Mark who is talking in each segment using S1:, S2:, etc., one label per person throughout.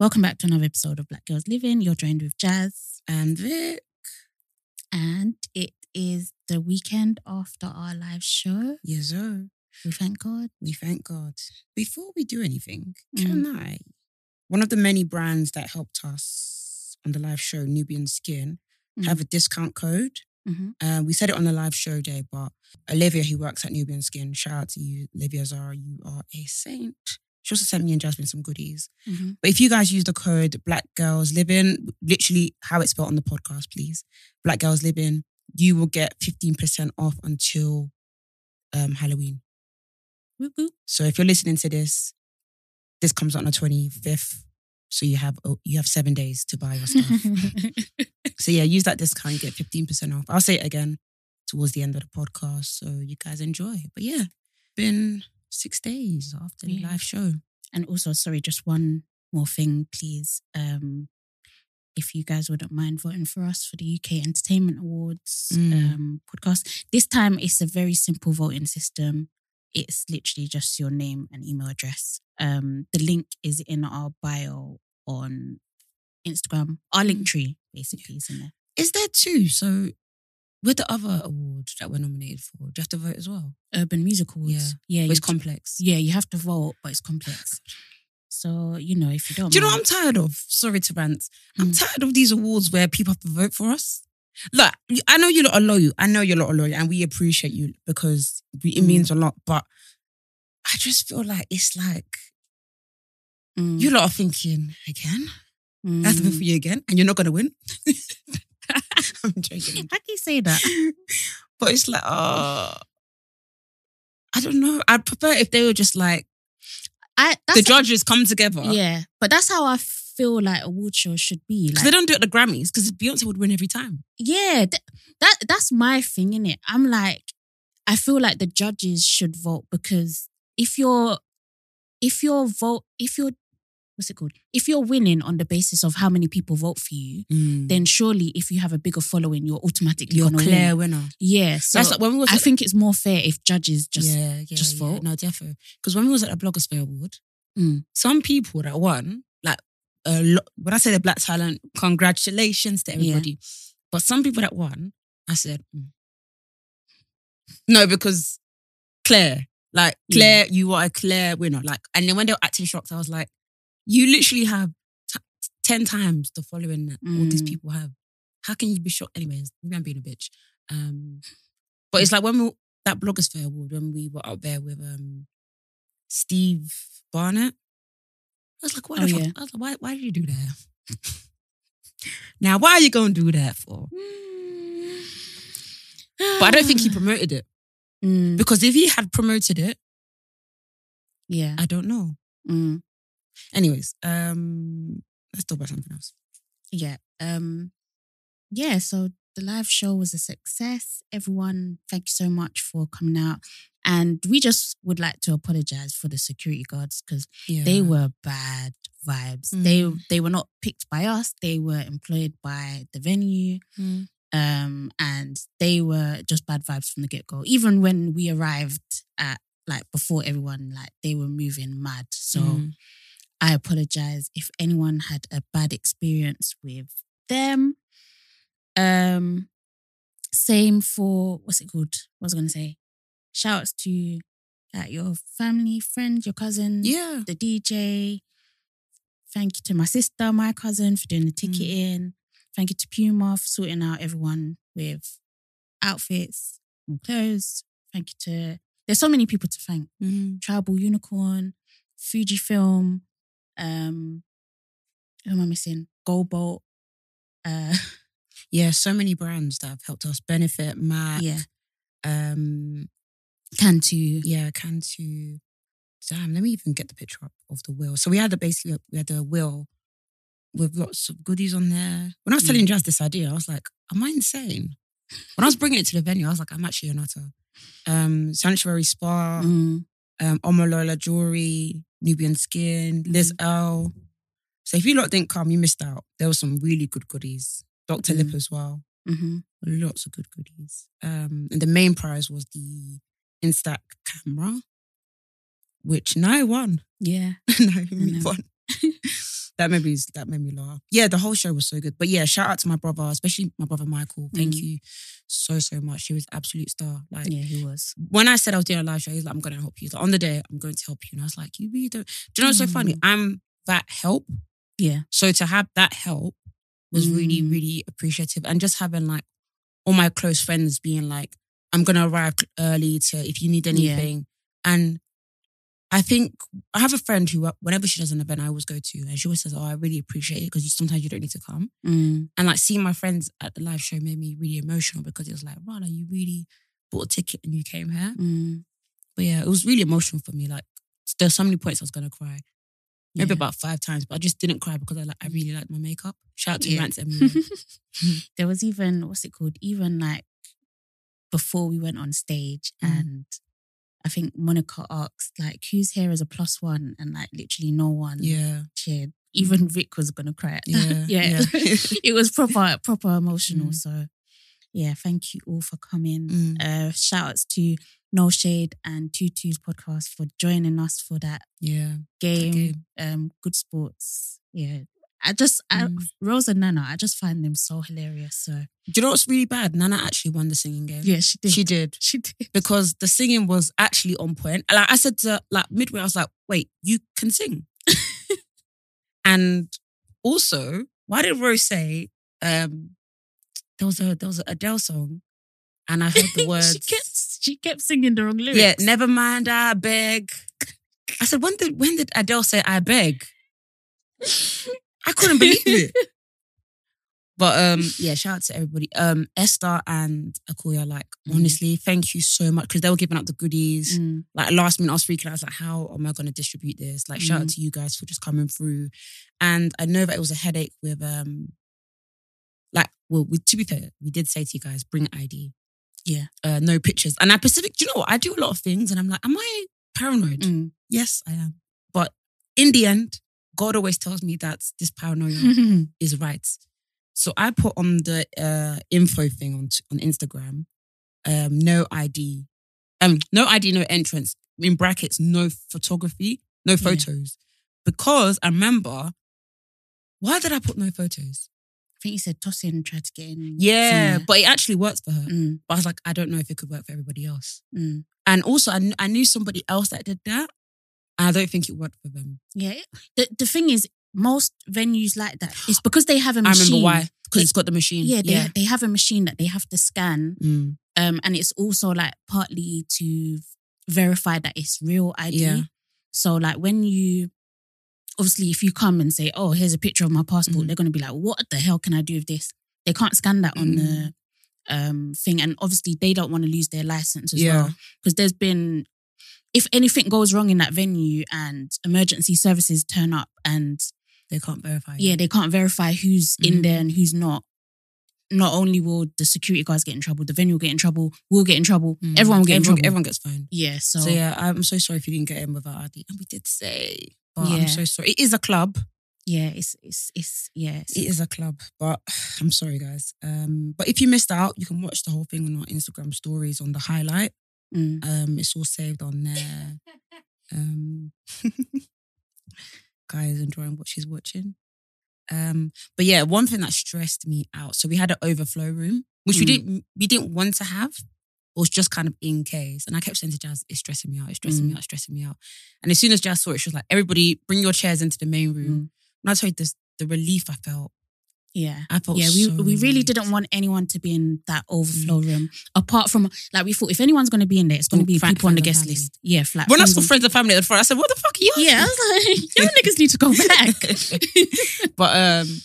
S1: Welcome back to another episode of Black Girls Living. You're joined with Jazz,
S2: And Vic.
S1: and it is the weekend after our live show.
S2: Yes, sir.
S1: We thank God.
S2: We thank God. Before we do anything, can I? One of the many brands that helped us on the live show, Nubian Skin,
S1: Mm.
S2: have a discount code.
S1: Mm-hmm.
S2: Um, we said it on the live show day, but Olivia, who works at Nubian Skin, shout out to you, Olivia Zara, you are a saint. She also sent me and Jasmine some goodies.
S1: Mm-hmm.
S2: But if you guys use the code Black Girls Living, literally how it's spelled on the podcast, please. Black Girls Living, you will get 15% off until um, Halloween.
S1: Whoop, whoop.
S2: So if you're listening to this, this comes out on the 25th. So you have oh, you have seven days to buy your stuff. so yeah, use that discount, get 15% off. I'll say it again towards the end of the podcast. So you guys enjoy. But yeah, been six days after the
S1: Yeah.
S2: live show.
S1: and also, sorry, just one more thing, please. Um, if you guys wouldn't mind voting for us for the UK Entertainment Awards
S2: Mm.
S1: um, podcast, this time it's a very simple voting system. It's literally just your name and email address. Um, the link is in our bio on Instagram. Our
S2: Mm.
S1: link tree basically is in there.
S2: Is there two? So with the other award that we're nominated for, do you have to vote as well?
S1: Urban Music Awards. Yeah,
S2: It's
S1: you,
S2: complex. Oh
S1: yeah, you have to vote, but it's complex. So you know, if you don't,
S2: Do you know what
S1: mind-
S2: I'm tired of? Sorry to rant. I'm
S1: Mm.
S2: tired of these awards where people have to vote for us. Look, I know you lot are loyal. I know you lot are loyal, and we appreciate you because we, it
S1: Mm.
S2: means a lot. But I just feel like it's like
S1: Mm,
S2: you lot are thinking again. I have to vote
S1: mm.
S2: for you again, and you're not going to win. I'm joking,
S1: How can you say that?
S2: but it's like, oh, I don't know. I'd prefer if they were just like
S1: I that's
S2: the judges come together.
S1: yeah, but that's how I feel like award shows should be.
S2: because
S1: Like,
S2: they don't do it at the Grammys because Beyonce would win every time.
S1: yeah, th- that that's my thing in it. I'm like, I feel like the judges should vote because if you're, if your vote, if you're, what's it called? If you're winning on the basis of how many people vote for you, then surely if you have a bigger following, Hmm. you're automatically
S2: Mm. You're
S1: gonna
S2: clear
S1: Win.
S2: winner.
S1: Yeah, so
S2: That's like when we was
S1: I
S2: at-
S1: think it's more fair if judges just
S2: yeah, yeah,
S1: just
S2: yeah.
S1: vote.
S2: No, definitely. Because when we was at the Blogosphere Award,
S1: Mm.
S2: some people that won, like a lot, when I say the black talent, congratulations to everybody. But some people that won, I said, mm. no, because Claire, like Claire, you are a Claire winner. Like, and then when they were acting shocked, I was like, you literally have t- ten times the following that all these
S1: Mm.
S2: people have. How can you be shocked? Anyways, maybe I'm being a bitch. Um, but it's like when we that blogosphere award when we were up there with um Steve Barnett. I was like, why?
S1: Oh,
S2: the fuck?
S1: yeah.
S2: I was like, why? Why did you do that? now, why are you gonna do that for? But I don't think
S1: Ah.
S2: he promoted it
S1: Mm,
S2: because if he had promoted it,
S1: yeah.
S2: I don't know.
S1: Mm.
S2: Anyways, um, let's talk about something else.
S1: yeah um yeah so the live show was a success everyone thank you so much for coming out and we just would like to apologize for the security guards because
S2: Yeah,
S1: they were bad vibes they they were not picked by us they were employed by the venue
S2: Mm.
S1: um and they were just bad vibes from the get-go even when we arrived at like before everyone like they were moving mad so
S2: Mm.
S1: I apologize if anyone had a bad experience with them. Um, same for what's it called? What was I gonna say? Shouts to uh, your family, friend, your cousin,
S2: yeah,
S1: the DJ. Thank you to my sister, my cousin for doing the ticketing. Thank you to Puma for sorting out everyone with outfits and clothes. Thank you to there's so many people to thank.
S2: Mm.
S1: Tribal Unicorn, Fuji Film, um, who am I missing? Goldbolt. Uh,
S2: yeah, so many brands that have helped us benefit. Mac,
S1: Yeah.
S2: um,
S1: Can too.
S2: yeah, Cantu. Damn, let me even get the picture up of the wheel. So we had the basically we had the wheel with lots of goodies on there. When I was
S1: Mm.
S2: telling Jazz this idea, I was like, "Am I insane?" When I was bringing it to the venue, I was like, "I'm actually a nutter." Um, Sanctuary Spa,
S1: Mm.
S2: um, Omolola Jewelry, Nubian Skin, Liz
S1: Mm-hmm.
S2: L. So if you lot didn't come, you missed out. There were some really good goodies. Doctor
S1: Mm.
S2: Lip as well
S1: hmm
S2: lots of good goodies. Um, and the main prize was the Instax camera, which now I won.
S1: Yeah.
S2: no, me
S1: know.
S2: won. that made me that made me laugh. Yeah, the whole show was so good. But yeah, shout out to my brother, especially my brother Michael. Thank
S1: Mm.
S2: you so so much. He was absolute star. Like
S1: Yeah, he was.
S2: when I said I was doing a live show, he's like, I'm gonna help you. He's like, on the day, I'm going to help you. And I was like, you really don't. Do you know what's so funny?
S1: Mm.
S2: I'm that help.
S1: Yeah.
S2: So to have that help was really,
S1: Mm.
S2: really appreciative. And just having like all my close friends being like, I'm gonna arrive early to if you need
S1: Yeah.
S2: anything. And I think I have a friend who whenever she does an event I always go to and she always says, Oh, I really appreciate it because you sometimes you don't need to come.
S1: Mm.
S2: And like seeing my friends at the live show made me really emotional because it was like, Rana, you really bought a ticket and you came here.
S1: Mm.
S2: But yeah, it was really emotional for me. Like there's so many points I was gonna cry. Maybe
S1: Yeah.
S2: about five times, but I just didn't cry because I like I really liked my makeup. Shout out to
S1: Yeah.
S2: Rance Emily.
S1: there was even what's it called? Even like before we went on stage,
S2: Mm.
S1: and I think Monica asked like, "Who's here as a plus one?" And like, literally, no one
S2: yeah.
S1: cheered. Even Rick was gonna cry. at
S2: Yeah,
S1: that. yeah.
S2: yeah.
S1: it was proper, proper emotional.
S2: Mm.
S1: So, yeah, thank you all for coming.
S2: Mm.
S1: Uh, shout outs to No Shade and Tutu's podcast for joining us for that
S2: Yeah.
S1: game,
S2: game.
S1: Um, good sports. Yeah. I just, I,
S2: Mm.
S1: Rose and Nana, I just find them so hilarious. So,
S2: Do you know what's really bad? Nana actually won the singing game.
S1: yeah, she did.
S2: She did.
S1: She did.
S2: Because the singing was actually on point. Like I said to her, like midway, I was like, wait, you can sing. and also, why did Rose say um there was a there was an Adele song and I heard the words
S1: she, kept, she kept singing the wrong lyrics.
S2: Yeah, never mind, I beg. I said, when did when did Adele say I beg? I couldn't believe it. But um, yeah, shout out to everybody. Um, Esther and Akoya, like
S1: Mm.
S2: honestly, thank you so much because they were giving out the goodies.
S1: Mm,
S2: Like last minute, I was freaking out. I was like, how am I going to distribute this? Like, shout out
S1: Mm-hmm.
S2: to you guys for just coming through. And I know that it was a headache with um, like, well, we, to be fair, we did say to you guys, bring ID.
S1: Yeah.
S2: Uh, no pictures. And I Pacific, do you know what? I do a lot of things, and I'm like, am I paranoid?
S1: mm.
S2: Yes, I am. But in the end, God always tells me that this paranoia is right. So I put on the uh, info thing on on Instagram, um, no ID, um, no ID, no entrance. In brackets, no photography, no photos, because I remember. Why did I put no photos?
S1: I think you said toss in, try to get in.
S2: Yeah,
S1: somewhere.
S2: but it actually worked for her.
S1: Mm,
S2: But I was like, I don't know if it could work for everybody else.
S1: mm.
S2: And also, I, kn- I knew somebody else that did that. And I don't think it worked for them.
S1: Yeah. The, the thing is, most venues like that, it's because they have a
S2: I
S1: machine.
S2: remember why because
S1: It-
S2: it's got the machine.
S1: Yeah, they, they have a machine that they have to scan.
S2: Mm.
S1: Um, and it's also like partly to verify that it's real ID.
S2: Yeah.
S1: So like when you obviously if you come and say, Oh, here's a picture of my passport,
S2: Mhm.
S1: they're gonna be like, What the hell can I do with this? They can't scan that on
S2: Mm.
S1: the um thing. And obviously they don't want to lose their license as
S2: Yeah.
S1: well. Because there's been if anything goes wrong in that venue and emergency services turn up and
S2: They can't verify.
S1: yeah,
S2: it.
S1: they can't verify who's in
S2: Mhm.
S1: there and who's not. Not only will the security guards get in trouble, the venue will get in trouble, we'll get in trouble,
S2: Mm.
S1: everyone will get in trouble.
S2: Everyone gets fined.
S1: yeah, so,
S2: So, yeah, I'm so sorry if you didn't get in without ID. And we did say, but
S1: Yeah.
S2: I'm so sorry. It is a club.
S1: yeah, it's it's it's yeah, it's,
S2: It is a club, but I'm sorry, guys. Um, but if you missed out, you can watch the whole thing on our Instagram stories on the highlight.
S1: mm.
S2: Um, it's all saved on there. Um, guys, enjoying what she's watching. Um, but yeah, one thing that stressed me out. So we had an overflow room, which we
S1: Mm.
S2: didn't we didn't want to have. It was just kind of in case, and I kept saying to Jazz, "It's stressing me out. It's stressing
S1: Mm.
S2: me out. It's stressing me out." And as soon as Jazz saw it, she was like, "Everybody, bring your chairs into the main
S1: Mm.
S2: room." And I told you this, the relief I felt.
S1: yeah.
S2: I felt
S1: Yeah, we,
S2: so Mm-hmm.
S1: we really
S2: relieved.
S1: didn't want anyone to be in that overflow room. Apart from like we thought, if anyone's going to be in there, it's going to
S2: Oh,
S1: be
S2: flat
S1: people on the
S2: friends and
S1: guest
S2: family.
S1: list. Yeah, flat.
S2: When I
S1: friends
S2: saw
S1: and-
S2: friends and family at the front, I said, "What the fuck are you?"
S1: yeah, I was like, you niggas need to go back.
S2: But um,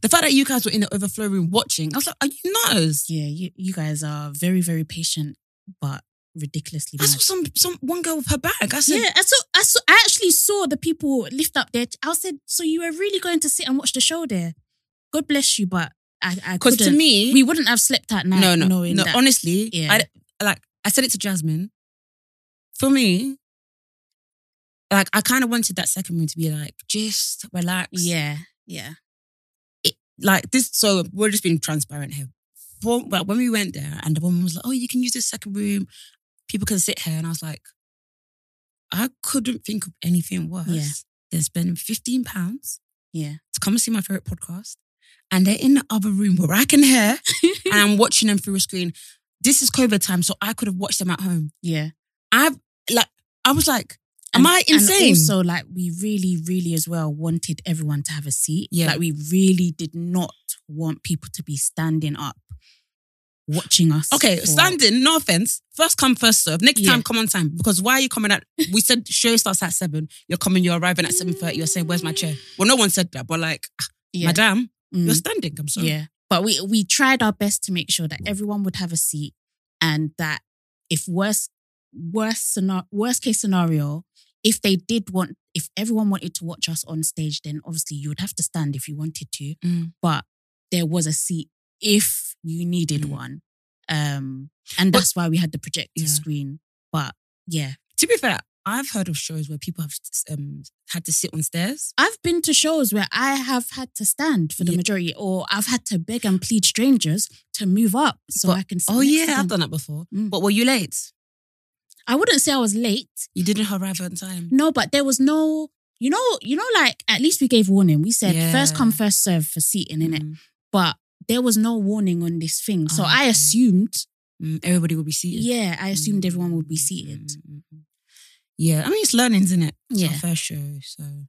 S2: The fact that you guys were in the overflow room watching, I was like, are you nuts?
S1: Yeah, you, you guys are very, very patient, but ridiculously
S2: I
S1: mad.
S2: saw some some one girl with her bag. I said,
S1: yeah, I saw, I saw. I actually saw the people lift up their. I said, so you were really going to sit and watch the show there? God bless you, but I, I
S2: because
S1: couldn't.
S2: to me,
S1: we wouldn't have slept at night.
S2: no, no,
S1: knowing
S2: no.
S1: that.
S2: Honestly,
S1: Yeah.
S2: I like I said it to Jasmine. For me, like I kind of wanted that second room to be like just relax.
S1: yeah, yeah,
S2: like this. So we're just being transparent here. For, like, when we went there, and the woman was like, "Oh, you can use this second room. People can sit here," and I was like, I couldn't think of anything worse
S1: Yeah.
S2: than spending fifteen pounds
S1: yeah.
S2: to come and see my favorite podcast, and they're in the other room where I can hear, and I'm watching them through a screen. This is COVID time, so I could have watched them at home.
S1: yeah.
S2: I've like, I was like, am
S1: And-
S2: I insane?
S1: And also, like, we really, really as well wanted everyone to have a seat.
S2: Yeah.
S1: Like, we really did not want people to be standing up, watching us.
S2: Okay,
S1: for-
S2: standing, no offense. First come, first serve. Next
S1: Yeah.
S2: time, come on time. Because why are you coming at we said show starts at seven. You're coming, you're arriving at seven thirty, you're saying, Where's my chair? Well, no one said that, but like, ah,
S1: Yeah.
S2: madam,
S1: Mm.
S2: you're standing. I'm sorry.
S1: Yeah. But we we tried our best to make sure that everyone would have a seat and that if worst worst scenario worst case scenario, if they did want if everyone wanted to watch us on stage, then obviously you would have to stand if you wanted to.
S2: Mm.
S1: But there was a seat if you needed
S2: Mm.
S1: one. Um and
S2: But-
S1: that's why we had the projector
S2: Yeah.
S1: screen. But yeah.
S2: To be fair, I've heard of shows where people have um, had to sit on stairs.
S1: I've been to shows where I have had to stand for the
S2: Yeah.
S1: majority, or I've had to beg and plead strangers to move up so
S2: But-
S1: I can. Sit
S2: Oh
S1: next to
S2: yeah,
S1: them.
S2: I've done that before.
S1: Mm.
S2: But were you late?
S1: I wouldn't say I was late.
S2: You didn't arrive on time.
S1: No, but there was no, you know, you know, like at least we gave warning. We said
S2: Yeah.
S1: first come, first serve for seating, innit?
S2: Mm.
S1: But there was no warning on this thing. So
S2: Oh,
S1: I
S2: okay.
S1: assumed,
S2: Mm, Everybody will be seated.
S1: yeah, I assumed everyone would be
S2: Mm,
S1: seated.
S2: mm, mm, mm. Yeah. I mean it's learnings, isn't it? It's our
S1: Yeah.
S2: first show. So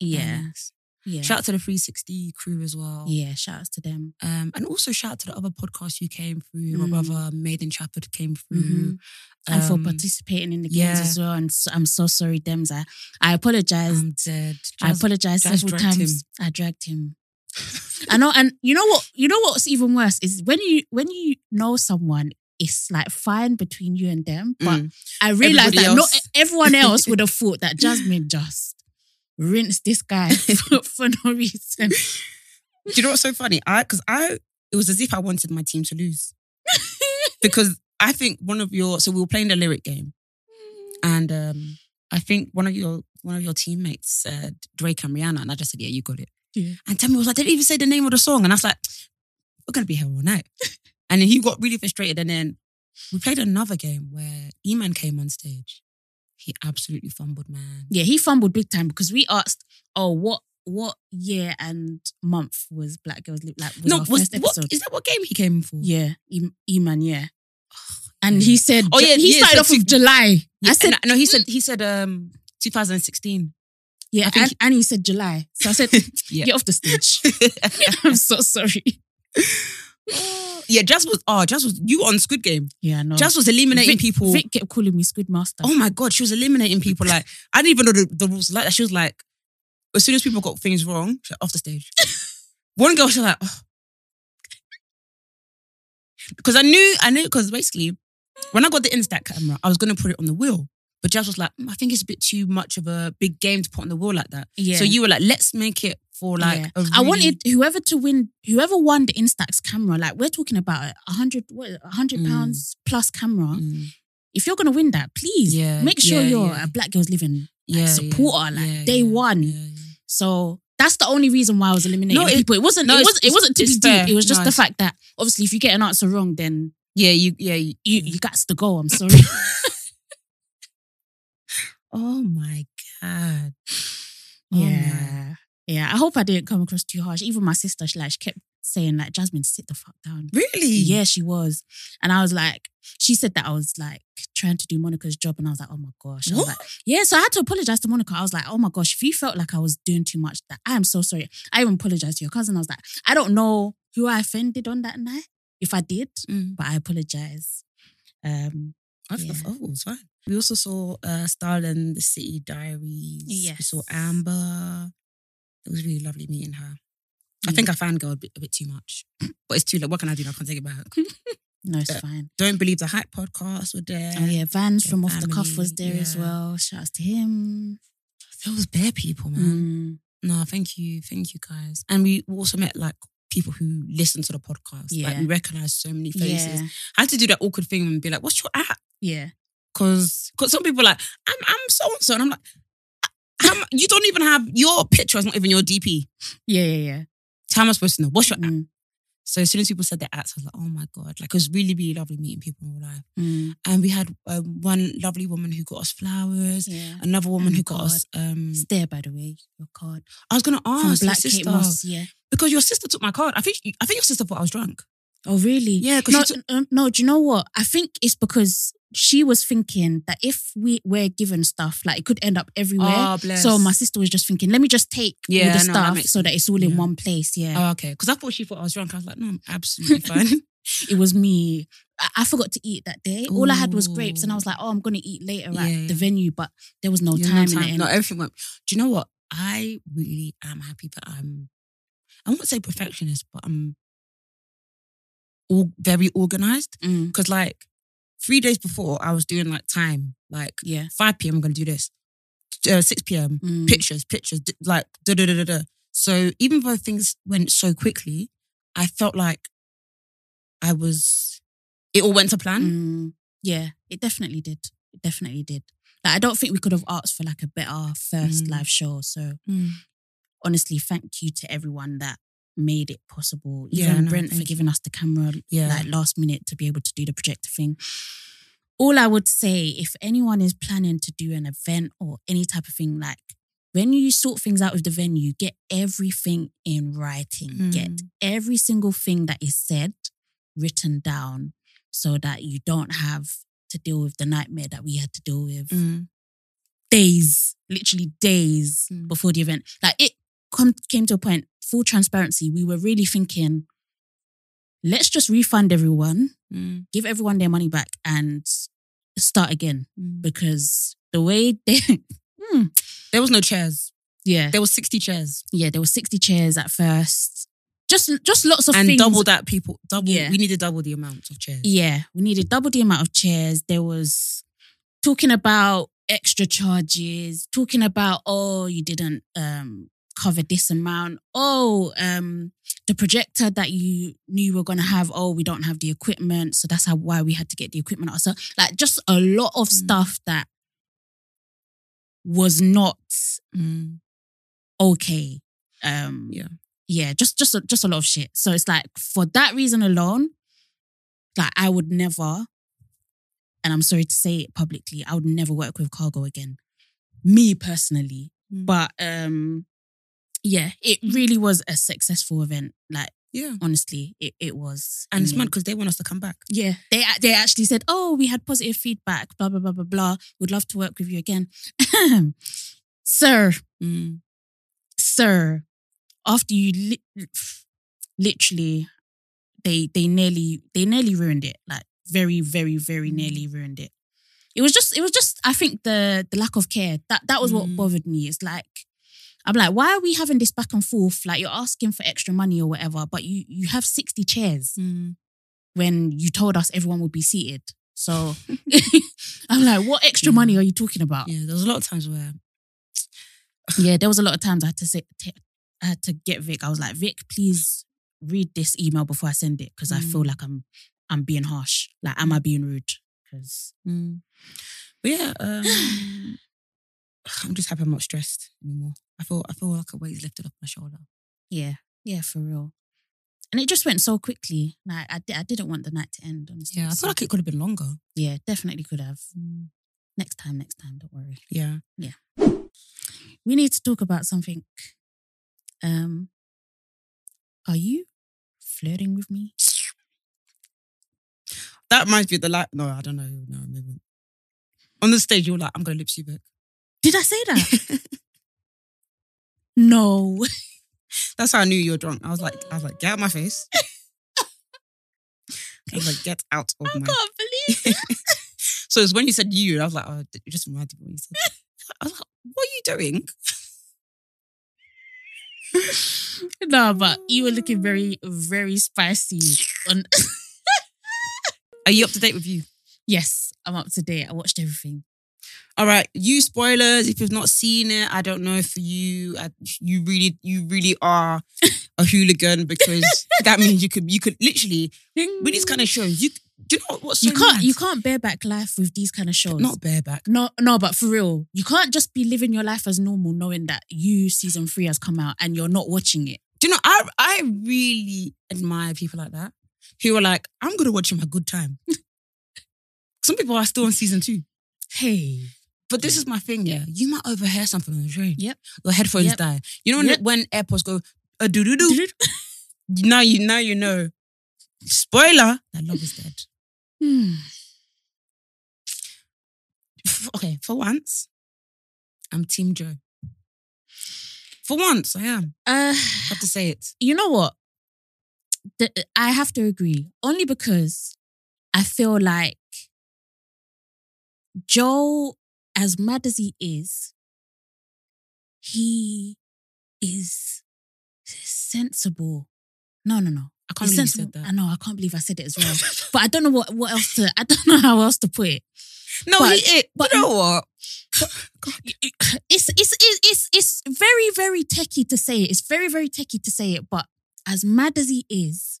S1: Yeah,
S2: thanks.
S1: yeah,
S2: Shout out to the 360 crew as well.
S1: yeah. Shout outs to them.
S2: Um, and also shout out to the other podcasts you came through.
S1: Mm.
S2: My brother Maiden Trafford came through.
S1: Mhm. And for
S2: Um,
S1: participating in the games
S2: yeah.
S1: as well, and so, I'm so sorry, Dems. I, I apologize.
S2: I'm dead.
S1: I
S2: Jazz-
S1: apologize
S2: Jazz
S1: several
S2: dragged
S1: times. I dragged him. I know, and you know what? You know what's even worse is when you when you know someone, it's like fine between you and them. But
S2: Mm.
S1: I realized
S2: Everybody
S1: that not e,
S2: else.
S1: everyone else would have thought that Jasmine just rinsed this guy for, for no reason.
S2: Do you know what's so funny? I because I it was as if I wanted my team to lose because I think one of your so we were playing the lyric game, and um, I think one of your one of your teammates said Drake and Rihanna, and I just said yeah, you got it.
S1: Yeah.
S2: And Tammy was like, they didn't even say the name of the song, and I was like, we're gonna be here all night. and then he got really frustrated, and then we played another game where Eman came on stage. He absolutely fumbled, man.
S1: Yeah, he fumbled big time because we asked, "Oh, what what year and month was Black Girls Lip like?" Was
S2: no,
S1: our
S2: was,
S1: first
S2: what,
S1: episode?
S2: is that what game he came for?
S1: yeah, E- E-Man, yeah. And he said,
S2: Oh, yeah,
S1: he
S2: yeah,
S1: started
S2: so
S1: off with July.
S2: Yeah,
S1: I said,
S2: no, he said he said um 2016.
S1: yeah,
S2: I think
S1: and, and he said July. So I said,
S2: Yeah.
S1: get off the stage. I'm so sorry.
S2: yeah, Jazz was oh Jazz was you were on Squid Game.
S1: Yeah, no.
S2: Jazz was eliminating
S1: Oh. Vic,
S2: people.
S1: Vic kept calling me Squid Master.
S2: Oh my god, she was eliminating people. Like I didn't even know the, the rules like that. She was like, as soon as people got things wrong, she's like, off the stage. One girl, she was like, oh. because I knew I knew because basically when I got the Instax camera, I was gonna put it on the wheel. But Jazz was like, "Mm, I think it's a bit too much of a big game to put on the wheel like that.
S1: Yeah.
S2: So you were like, let's make it for like.
S1: Yeah.
S2: a
S1: I
S2: really-
S1: wanted whoever to win, whoever won the Instax camera, like we're talking about a hundred, what, a hundred
S2: Mm.
S1: pounds plus camera.
S2: Mm.
S1: If you're gonna win that, please
S2: Yeah,
S1: make sure
S2: yeah,
S1: you're
S2: yeah.
S1: a Black Girls Living like, supporter, like
S2: yeah,
S1: day
S2: yeah,
S1: one.
S2: yeah, yeah.
S1: So that's the only reason why I was eliminating
S2: No, it-
S1: people. It wasn't.
S2: no,
S1: it
S2: it's-
S1: wasn't. It
S2: it's-
S1: wasn't to
S2: it's
S1: be
S2: fair.
S1: deep. It was just
S2: No,
S1: the
S2: it's-
S1: fact that obviously, if you get an answer wrong, then
S2: Yeah, you, yeah. You,
S1: you you got to go. I'm sorry.
S2: oh my god. Oh my-
S1: yeah. Yeah, I hope I didn't come across too harsh. Even my sister, she like she kept saying like, Jasmine, sit the fuck down.
S2: Really?
S1: Yeah, she was. And I was like, she said that I was like trying to do Monica's job, and I was like, oh my gosh. I was
S2: What?
S1: like, yeah, so I had to apologize to Monica. I was like, oh my gosh, if you felt like I was doing too much, that I am so sorry. I even apologized to your cousin. I was like, I don't know who I offended on that night, if I did,
S2: Mm.
S1: but I apologize. Um,
S2: I thought
S1: Yeah.
S2: oh, it was fine. We also saw uh, Starlin, The City Diaries. We saw
S1: Yes.
S2: Amber. It was really lovely meeting her. I
S1: Yeah.
S2: think I fangirled a bit, a bit too much, but it's too late. What can I do? now? I can't take it back.
S1: no, it's
S2: Yeah.
S1: fine.
S2: Don't believe the hype podcasts were there.
S1: Oh yeah, Vans
S2: Uh, Your
S1: from Off the Cuff was
S2: family,
S1: there as
S2: yeah.
S1: well. Shouts to him.
S2: There was bare people, man.
S1: Mm,
S2: No, thank you, thank you guys. And we also met like people who listen to the podcast. Like
S1: Yeah.
S2: we recognized so many faces.
S1: yeah,
S2: I had to do that awkward thing and be like, "What's your app?"
S1: yeah.
S2: Because cause some people are like, "I'm I'm so and so," and I'm like, I- I'm, "You don't even have your picture. It's not even your DP.
S1: Yeah, yeah, yeah.
S2: How am I supposed to know? What's your app?"
S1: Mm,
S2: So as soon as people said their apps, I was like, "Oh my god!" Like it was really really lovely meeting people in real life.
S1: mm,
S2: And we had um, one lovely woman who got us flowers.
S1: yeah.
S2: Another woman
S1: And
S2: who got us. Um,
S1: It's there, by the way, your card
S2: I was gonna
S1: from
S2: ask Oh, your
S1: Black
S2: sister
S1: Kate Moss. Yeah.
S2: because your sister took my card. I think I think your sister thought I was drunk.
S1: Oh, really?
S2: Yeah, 'cause
S1: No,
S2: she took-
S1: n- n- no. Do you know what? I think it's because she was thinking that if we were given stuff, like it could end up everywhere.
S2: Ah, bless.
S1: so my sister was just thinking, let me just take
S2: Oh,
S1: all
S2: Yeah,
S1: the
S2: no, that
S1: stuff
S2: makes
S1: so that it's all in
S2: Yeah.
S1: one place. Yeah,
S2: Oh, okay. Because I thought she thought I was drunk. I was like, no, I'm absolutely fine.
S1: it was me. I, I forgot to eat that day. All I had was grapes, and I
S2: Ooh.
S1: was like, oh, I'm gonna eat later
S2: Yeah,
S1: at
S2: yeah.
S1: the venue, but there was no
S2: Yeah,
S1: time in the end.
S2: No, everything went. Do you know what? I really am happy that I'm. I won't say perfectionist, but I'm all very organized.
S1: Mm,
S2: Because like three days before, I was doing like time, like
S1: yeah.
S2: 5 p.m. I'm gonna do this, uh, 6 p.m.
S1: Mm,
S2: Pictures, pictures, d- like da da da da da. So even though things went so quickly, I felt like I was. It all went to plan.
S1: Mm, yeah, it definitely did. It definitely did. Like, I don't think we could have asked for like a better first
S2: Mm.
S1: live show. So
S2: Mm.
S1: honestly, thank you to everyone that made it possible. Even
S2: Yeah, no,
S1: Brent for
S2: thank you.
S1: giving us the camera
S2: Yeah.
S1: like last minute to be able to do the projector thing. All I would say, if anyone is planning to do an event or any type of thing, like when you sort things out with the venue, get everything in writing. Get
S2: Mm.
S1: every single thing that is said written down so that you don't have to deal with the nightmare that we had to deal with
S2: Mm.
S1: days, literally days
S2: Mm.
S1: before the event. Like it come, came to a point, full transparency, we were really thinking, let's just refund everyone,
S2: Mm.
S1: give everyone their money back and start again
S2: Mm.
S1: because the way they, Hmm.
S2: There was no chairs.
S1: yeah,
S2: There was 60 chairs.
S1: yeah, there were 60 chairs at first. Just, just lots of
S2: and
S1: things.
S2: double that people. Double.
S1: Yeah.
S2: We need to double the amount of chairs.
S1: Yeah, we needed double the amount of chairs. There was talking about extra charges, talking about oh you didn't um cover this amount. Oh, um the projector that you knew we were gonna have, oh, we don't have the equipment. So that's how why we had to get the equipment ourselves. Like just a lot of
S2: Mm.
S1: stuff that was not okay. Um,
S2: Mm. Yeah.
S1: yeah, just just a, just a lot of shit. So it's like for that reason alone, like I would never, and I'm sorry to say it publicly, I would never work with Cargo again. Me personally,
S2: Mm.
S1: but um, yeah, it really was a successful event. Like
S2: Yeah.
S1: honestly, it it was,
S2: And it's
S1: yeah.
S2: mad because they want us to come back.
S1: Yeah, they they actually said, "Oh, we had positive feedback. Blah blah blah blah blah. Would love to work with you again, sir."
S2: Mm,
S1: sir, after you li- literally, they they nearly they nearly ruined it. Like very very very
S2: Mm.
S1: nearly ruined it. It was just it was just I think the the lack of care that that was what
S2: Mm.
S1: bothered me. It's like I'm like, why are we having this back and forth? Like you're asking for extra money or whatever, but you you have sixty chairs
S2: mm.
S1: when you told us everyone would be seated. So I'm like, what extra
S2: Yeah.
S1: money are you talking about?
S2: Yeah. There was a lot of times where.
S1: Yeah, there was a lot of times I had to say, t- I had to get Vic. I was like, Vic, please read this email before I send it because I feel
S2: Mm.
S1: like I'm, I'm being harsh. Like, am I being rude? Because
S2: Mm. But yeah. Um, I'm just happy I'm not stressed anymore. I feel I feel like a weight's lifted off my shoulder.
S1: yeah, yeah, for real. And it just went so quickly. Like, I, di- I didn't want the night to end. Honestly,
S2: I
S1: So,
S2: feel like it Mm. could have been longer.
S1: yeah, definitely could have. Next time, next time, don't worry.
S2: Yeah.
S1: We need to talk about something um, are you flirting with me?
S2: That reminds me of the like. No, I don't know. No, maybe. On the stage, you were like, "I'm gonna lips you back."
S1: Did I say that? no.
S2: That's how I knew you were drunk. I was like, I was like, "Get out of my face." I was like, "Get out of
S1: I
S2: my."
S1: can't believe it.
S2: so it's when you said you, I was like, "Oh, it just reminded me what you said." I was like, "What are you doing?"
S1: no, but you were looking very, very spicy. On
S2: Are you up to date with you?
S1: yes, I'm up to date. I watched everything.
S2: All right, you spoilers. If you've not seen it, I don't know for you. I, you really, you really are a hooligan because that means you could, you could literally with these kind of shows. You do you know what's so
S1: you can't
S2: mad?
S1: you can't bareback life with these kind of shows.
S2: not bareback.
S1: no, no, but for real, you can't just be living your life as normal knowing that you season three has come out and you're not watching it.
S2: Do you know? I I really admire people like that who are like, I'm gonna watch him a good time. Some people are still on season two,
S1: Hey,
S2: but this is my thing. Yeah, you might overhear something on the train.
S1: Yep.
S2: your headphones
S1: Yep.
S2: die. You know when,
S1: Yep.
S2: when airports go a doo doo doo. now you now you know. Spoiler: that love is dead.
S1: Hmm.
S2: F- Okay, for once, I'm Team Joe. For once, I am.
S1: uh,
S2: I have to say it.
S1: you know what? The- uh, I have to agree only because I feel like Joel, as mad as he is, he is sensible. No, no, no.
S2: I
S1: He's
S2: can't believe you
S1: sensible-
S2: said that.
S1: I know. I can't believe I said it as well. but I don't know what, what else to. I don't know how else to put it.
S2: No,
S1: But-
S2: he it.
S1: but-
S2: But you know what?
S1: It's it's it's it's it's very very techie to say it. It's very very techie to say it. But as mad as he is,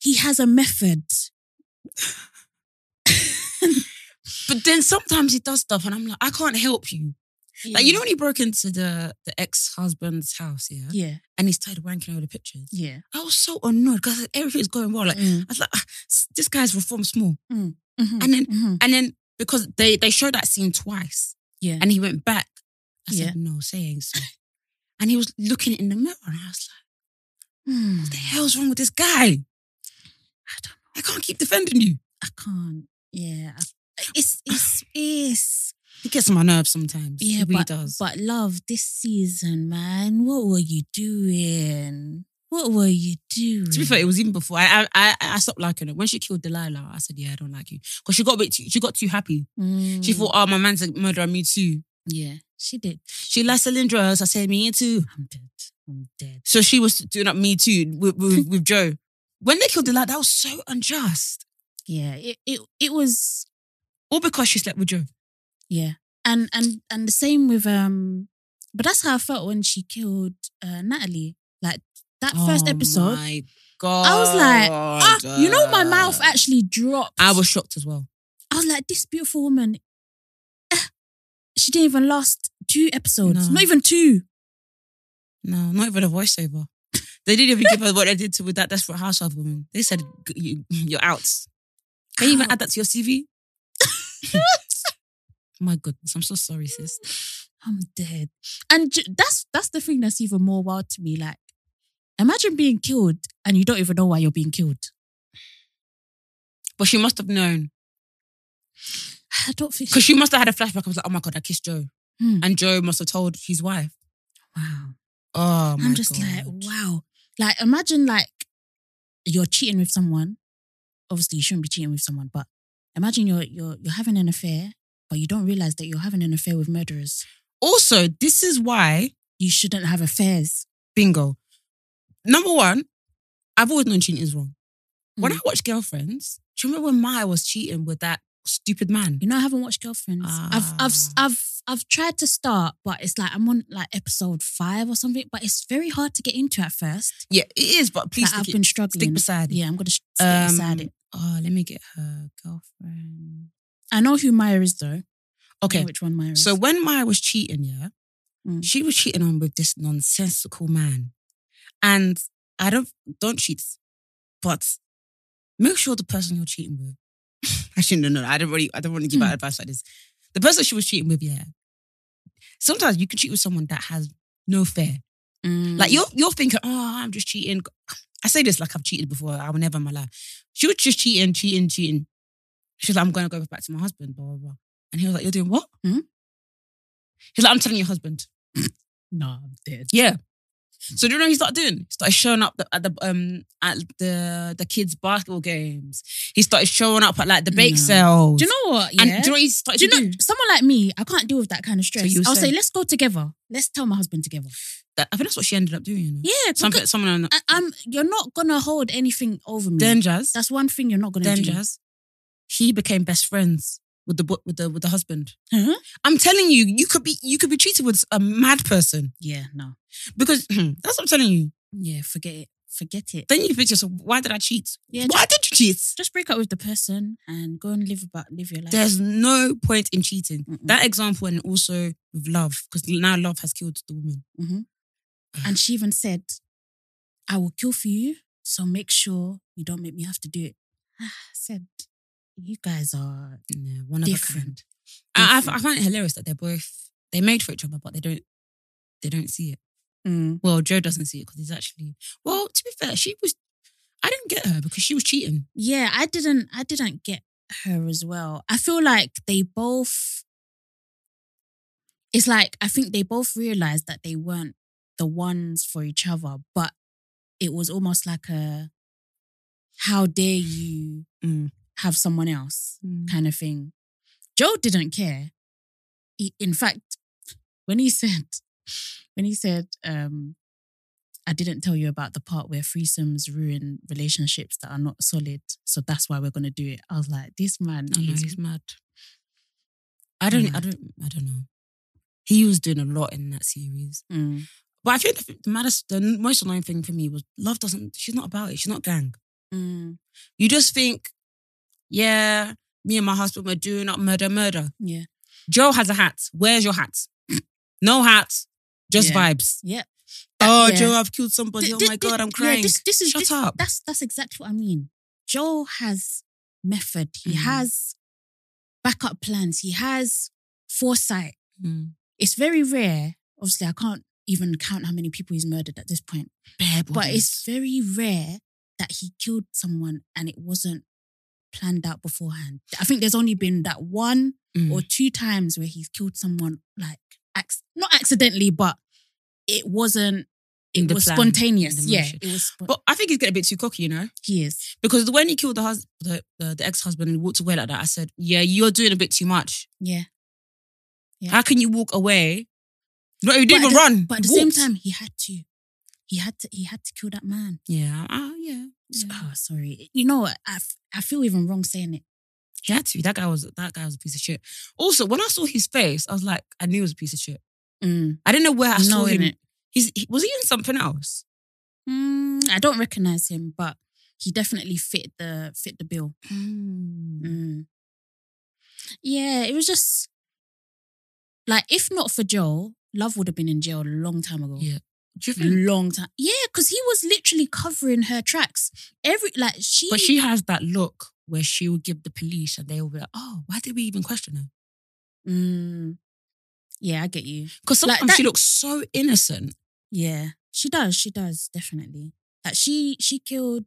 S1: he has a method.
S2: But then sometimes he does stuff, and I'm like, I can't help you. Like you know when he broke into the the ex husband's house, yeah,
S1: Yeah,
S2: and he started wanking over the pictures.
S1: yeah. Mm.
S2: I was so annoyed because everything's going well. Like I was like, "Ah, s- this guy's reformed small,
S1: Mhm,
S2: and then
S1: mhm.
S2: and then because they they showed that scene twice,
S1: yeah,
S2: and he went back. I
S1: Yeah.
S2: said no, saying so, and he was looking in the mirror, and I was like,
S1: Hmm,
S2: what the hell's wrong with this guy?
S1: I don't.
S2: I can't keep defending you.
S1: I can't. Yeah, I- it's it's it's.
S2: He gets on my nerves sometimes.
S1: Yeah,
S2: he really
S1: but,
S2: does.
S1: But love, this season, man, what were you doing? What were you doing?
S2: To be fair, it was even before I I, I I stopped liking her. When she killed Delilah, I said, "Yeah, I don't like you," because she got a bit too, she got too happy.
S1: Mm,
S2: She thought, "Oh, my man's a murderer, me too."
S1: yeah, she did.
S2: She likes Cylindra, so I said, "Me too."
S1: I'm dead. I'm dead.
S2: So she was doing up me too with, with, with Joe. When they killed Delilah, that was so unjust.
S1: Yeah, it it, it was
S2: All because she slept with Joe.
S1: yeah, and and and the same with um, but that's how I felt when she killed uh, Natalie. Like that first episode,
S2: Oh my god!
S1: I was like, ah, you know, my mouth actually dropped.
S2: I was shocked as well.
S1: I was like, this beautiful woman, eh, she didn't even last two episodes,
S2: No.
S1: not even two.
S2: No, not even a voiceover. They didn't even give her what they did to with that desperate housewife woman. They said "G- you, you're out. Can you even add that to your CV? My goodness, I'm so sorry, sis.
S1: I'm dead. And j- that's that's the thing that's even more wild to me. Like, imagine being killed and you don't even know why you're being killed.
S2: But she must have known
S1: I don't think.
S2: because she must have had a flashback. I was like, oh my god, I kissed Joe,
S1: Hmm.
S2: and Joe must have told his wife.
S1: wow.
S2: Oh, my
S1: I'm just like,
S2: God.
S1: wow. Like, imagine like you're cheating with someone. Obviously, you shouldn't be cheating with someone, but imagine you're you're you're having an affair, but you don't realize that you're having an affair with murderers.
S2: Also, this is why
S1: You shouldn't have affairs.
S2: bingo. Number one, I've always known cheating is wrong. When
S1: Mm.
S2: I watched Girlfriends, do you remember when Maya was cheating with that stupid man.
S1: You know, I haven't watched Girlfriends. I've I've
S2: Ah.
S1: I've I've tried to start, but it's like I'm on like episode five or something. But it's very hard to get into at first.
S2: Yeah, it is, but please
S1: Like, I've
S2: stick,
S1: been
S2: it,
S1: struggling.
S2: stick beside it.
S1: yeah, I'm gonna sh- stick
S2: Um,
S1: beside it.
S2: Oh, let me get her girlfriend.
S1: I know who Maya is though. I know
S2: Okay.
S1: which one Maya is?
S2: So when Maya was cheating, yeah,
S1: Mm.
S2: she was cheating on with this nonsensical man. And I don't don't cheat, but make sure the person you're cheating with. Actually, no, no, I don't really, I don't want to give
S1: Mm.
S2: out advice like this. The person she was cheating with, yeah. Sometimes you can cheat with someone that has no fear.
S1: Mm.
S2: Like you're you're thinking, oh, I'm just cheating. I say this like I've cheated before. I will never in my life. She was just cheating, cheating, cheating. She's like, I'm gonna go back to my husband, blah blah blah. And he was like, You're doing what?
S1: Hmm?
S2: He's like, I'm telling your husband.
S1: no, I'm dead.
S2: Yeah. So do you know what he started doing? He started showing up the- at the um at the the kids' basketball games. He started showing up at like the bake
S1: No.
S2: sales.
S1: Do you know what? Yeah.
S2: And do you know what he started
S1: Do you
S2: to
S1: know
S2: do?
S1: someone like me? I can't deal with that kind of stress.
S2: you
S1: I'll say,
S2: said-
S1: let's go together. Let's tell my husband together.
S2: That- I think that's what she ended up doing. You know?
S1: Yeah,
S2: Some,
S1: because
S2: someone on the-
S1: I, I'm. You're not gonna hold anything over me.
S2: then Jazz.
S1: That's one thing you're not gonna
S2: then
S1: do.
S2: Jazz, he became best friends with the bu- with the with the husband.
S1: Huh?
S2: I'm telling you, you could be you could be treated with a mad person
S1: Yeah, no.
S2: because that's what I'm telling you.
S1: Yeah, forget it. Forget it.
S2: Then you think to yourself, why did I cheat?
S1: Yeah,
S2: why did you cheat?
S1: Just break up with the person and go and live about live your life.
S2: There's no point in cheating.
S1: Mm-mm.
S2: That example and also with love because now love has killed the woman.
S1: Mm-hmm. and she even said, "I will kill for you, so make sure you don't make me have to do it." Ah, I said, "You guys are
S2: Yeah, one
S1: different."
S2: of a kind. I- I,
S1: Different.
S2: I find it hilarious that they're both they made for each other, but they don't they don't see it.
S1: Mm.
S2: Well, Joe doesn't see it because he's actually well. To be fair, she was. I didn't get her because she was cheating.
S1: Yeah, I didn't. I didn't get her as well. I feel like they both. It's like I think they both realized that they weren't the ones for each other, but it was almost like a, "How dare you
S2: Mm.
S1: have someone else?" kind of thing. Joe didn't care. He, in fact, when he said, when he said, um, I didn't tell you about the part where threesomes ruin relationships that are not solid, so that's why we're gonna do it. I was like, this man
S2: I know,
S1: is
S2: he's mad. I don't. I
S1: Mad.
S2: don't. I don't know. He was doing a lot in that series,
S1: Mm,
S2: but I think the, the maddest, the most annoying thing for me was love doesn't. She's not about it. She's not gang.
S1: mm,
S2: You just think, yeah, me and my husband were doing up murder, murder.
S1: yeah,
S2: Joe has a hat. Where's your hat? no hat. Just
S1: Yeah.
S2: vibes.
S1: yeah.
S2: oh,
S1: yeah.
S2: Joe, I've killed somebody.
S1: Th-
S2: oh
S1: th-
S2: my
S1: th-
S2: god, I'm
S1: yeah,
S2: crying.
S1: this, this is
S2: Shut
S1: this-
S2: up.
S1: That's that's exactly what I mean. Joe has method. He
S2: Mm.
S1: has backup plans. He has foresight.
S2: Mm.
S1: it's very rare. Obviously, I can't even count how many people he's murdered at this point.
S2: Bare
S1: But it's
S2: bodies.
S1: very rare that he killed someone and it wasn't planned out beforehand. I think there's only been that one
S2: Mm.
S1: or two times where he's killed someone like acc- not accidentally, but it wasn't.
S2: In
S1: It
S2: the
S1: was
S2: plan,
S1: spontaneous.
S2: in the
S1: Yeah,
S2: motion.
S1: it was. Spo-
S2: But I think he's getting a bit too cocky, you know.
S1: he is.
S2: Because when he killed the hus- the, the, the ex husband and walked away like that, I said, "Yeah, you're doing a bit too much.
S1: Yeah, Yeah.
S2: How can you walk away? No, you didn't
S1: But at
S2: even
S1: the-
S2: run.
S1: But at the
S2: You
S1: same
S2: walked.
S1: time, he had to. He had to. He had to kill that man.
S2: yeah, uh, yeah,
S1: So-
S2: yeah.
S1: Oh, sorry. You know what? I, f- I feel even wrong saying it.
S2: He had to. That guy was that guy was a piece of shit. Also, when I saw his face, I was like, I knew he was a piece of shit.
S1: Mm.
S2: I didn't know where I saw
S1: No,
S2: him.
S1: innit?
S2: He's he, was he in something else?
S1: Mm, I don't recognize him, but he definitely fit the fit the bill. Mm. Yeah, it was just like if not for Joel, Love would have been in jail a long time ago.
S2: Yeah. Do you think?
S1: Long time. Yeah, because he was literally covering her tracks. Every like she,
S2: But she has that look where she will give the police, and they will be like, "Oh, why did we even question her?"
S1: Mm. Yeah, I get you.
S2: Because
S1: Like
S2: sometimes
S1: that-
S2: she looks so innocent.
S1: Yeah. She does, she does, definitely. Like she she killed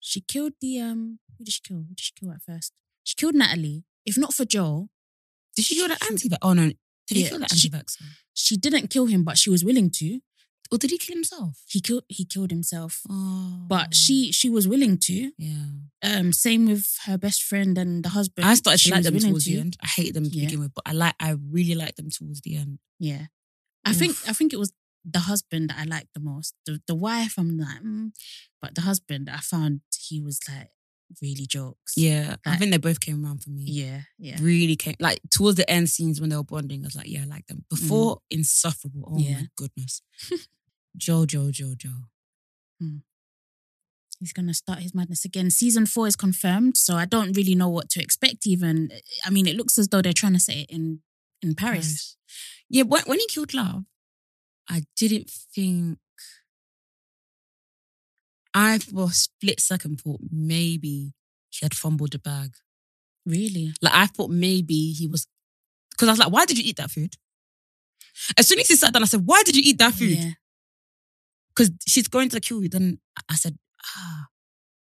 S1: she killed the um who did she kill? Who did she kill at first? She killed Natalie. If not for Joel,
S2: Did she kill that anti-vax? Oh no, did he
S1: Yeah,
S2: kill that
S1: she-
S2: anti-vaxxer?
S1: she didn't kill him, but she was willing to.
S2: Or did he kill himself?
S1: He killed he killed himself,
S2: Oh.
S1: but she she was willing to.
S2: Yeah.
S1: Um, same with her best friend and the husband.
S2: I started to
S1: She
S2: like
S1: was
S2: them
S1: willing
S2: towards
S1: to.
S2: the end. I hated them to
S1: Yeah.
S2: begin with, but I like I really liked them towards the end.
S1: Yeah, I think
S2: Oof.
S1: I think it was the husband that I liked the most. The the wife, I'm like, mm. but the husband, I found he was like really jokes.
S2: Yeah. Mm. I
S1: Like-
S2: think they both came around for me.
S1: yeah, yeah.
S2: Really came like towards the end scenes when they were bonding, I was like, yeah, I like them. Before insufferable. Oh
S1: Yeah.
S2: my goodness. Jojo, Jojo.
S1: He's gonna start his madness again. Season four is confirmed, so I don't really know what to expect. Even I mean, it looks as though they're trying to set it in in Paris.
S2: Yeah, when, when he killed Love, I didn't think. I for a split second thought maybe he had fumbled the bag.
S1: Really?
S2: Like I thought maybe he was, because I was like, why did you eat that food? As soon as he sat down, I said, why did you eat that food?
S1: Yeah.
S2: Because she's going to kill you. Then I- I said, ah,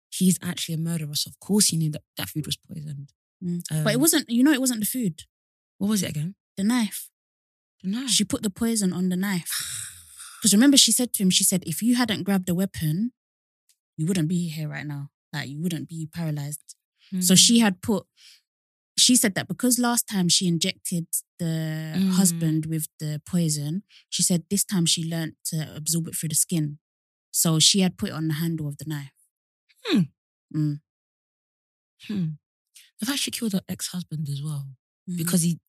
S2: he's actually a murderer. So of course he knew that that food was poisoned.
S1: Mm.
S2: Um,
S1: but it wasn't. You know, it wasn't the food.
S2: What was it again?
S1: The knife.
S2: No.
S1: She put the poison on the knife. Because remember, she said to him, she said, if you hadn't grabbed the weapon, you wouldn't be here right now. Like you wouldn't be paralyzed.
S2: Hmm. Mm.
S1: So she had put, she said that because last time she injected the
S2: Mm.
S1: husband with the poison, she said this time she learnt to absorb it through the skin. So she had put it on the handle of the knife.
S2: Hmm.
S1: Mm.
S2: Hmm. The fact she killed her ex husband as well.
S1: Mhm.
S2: because he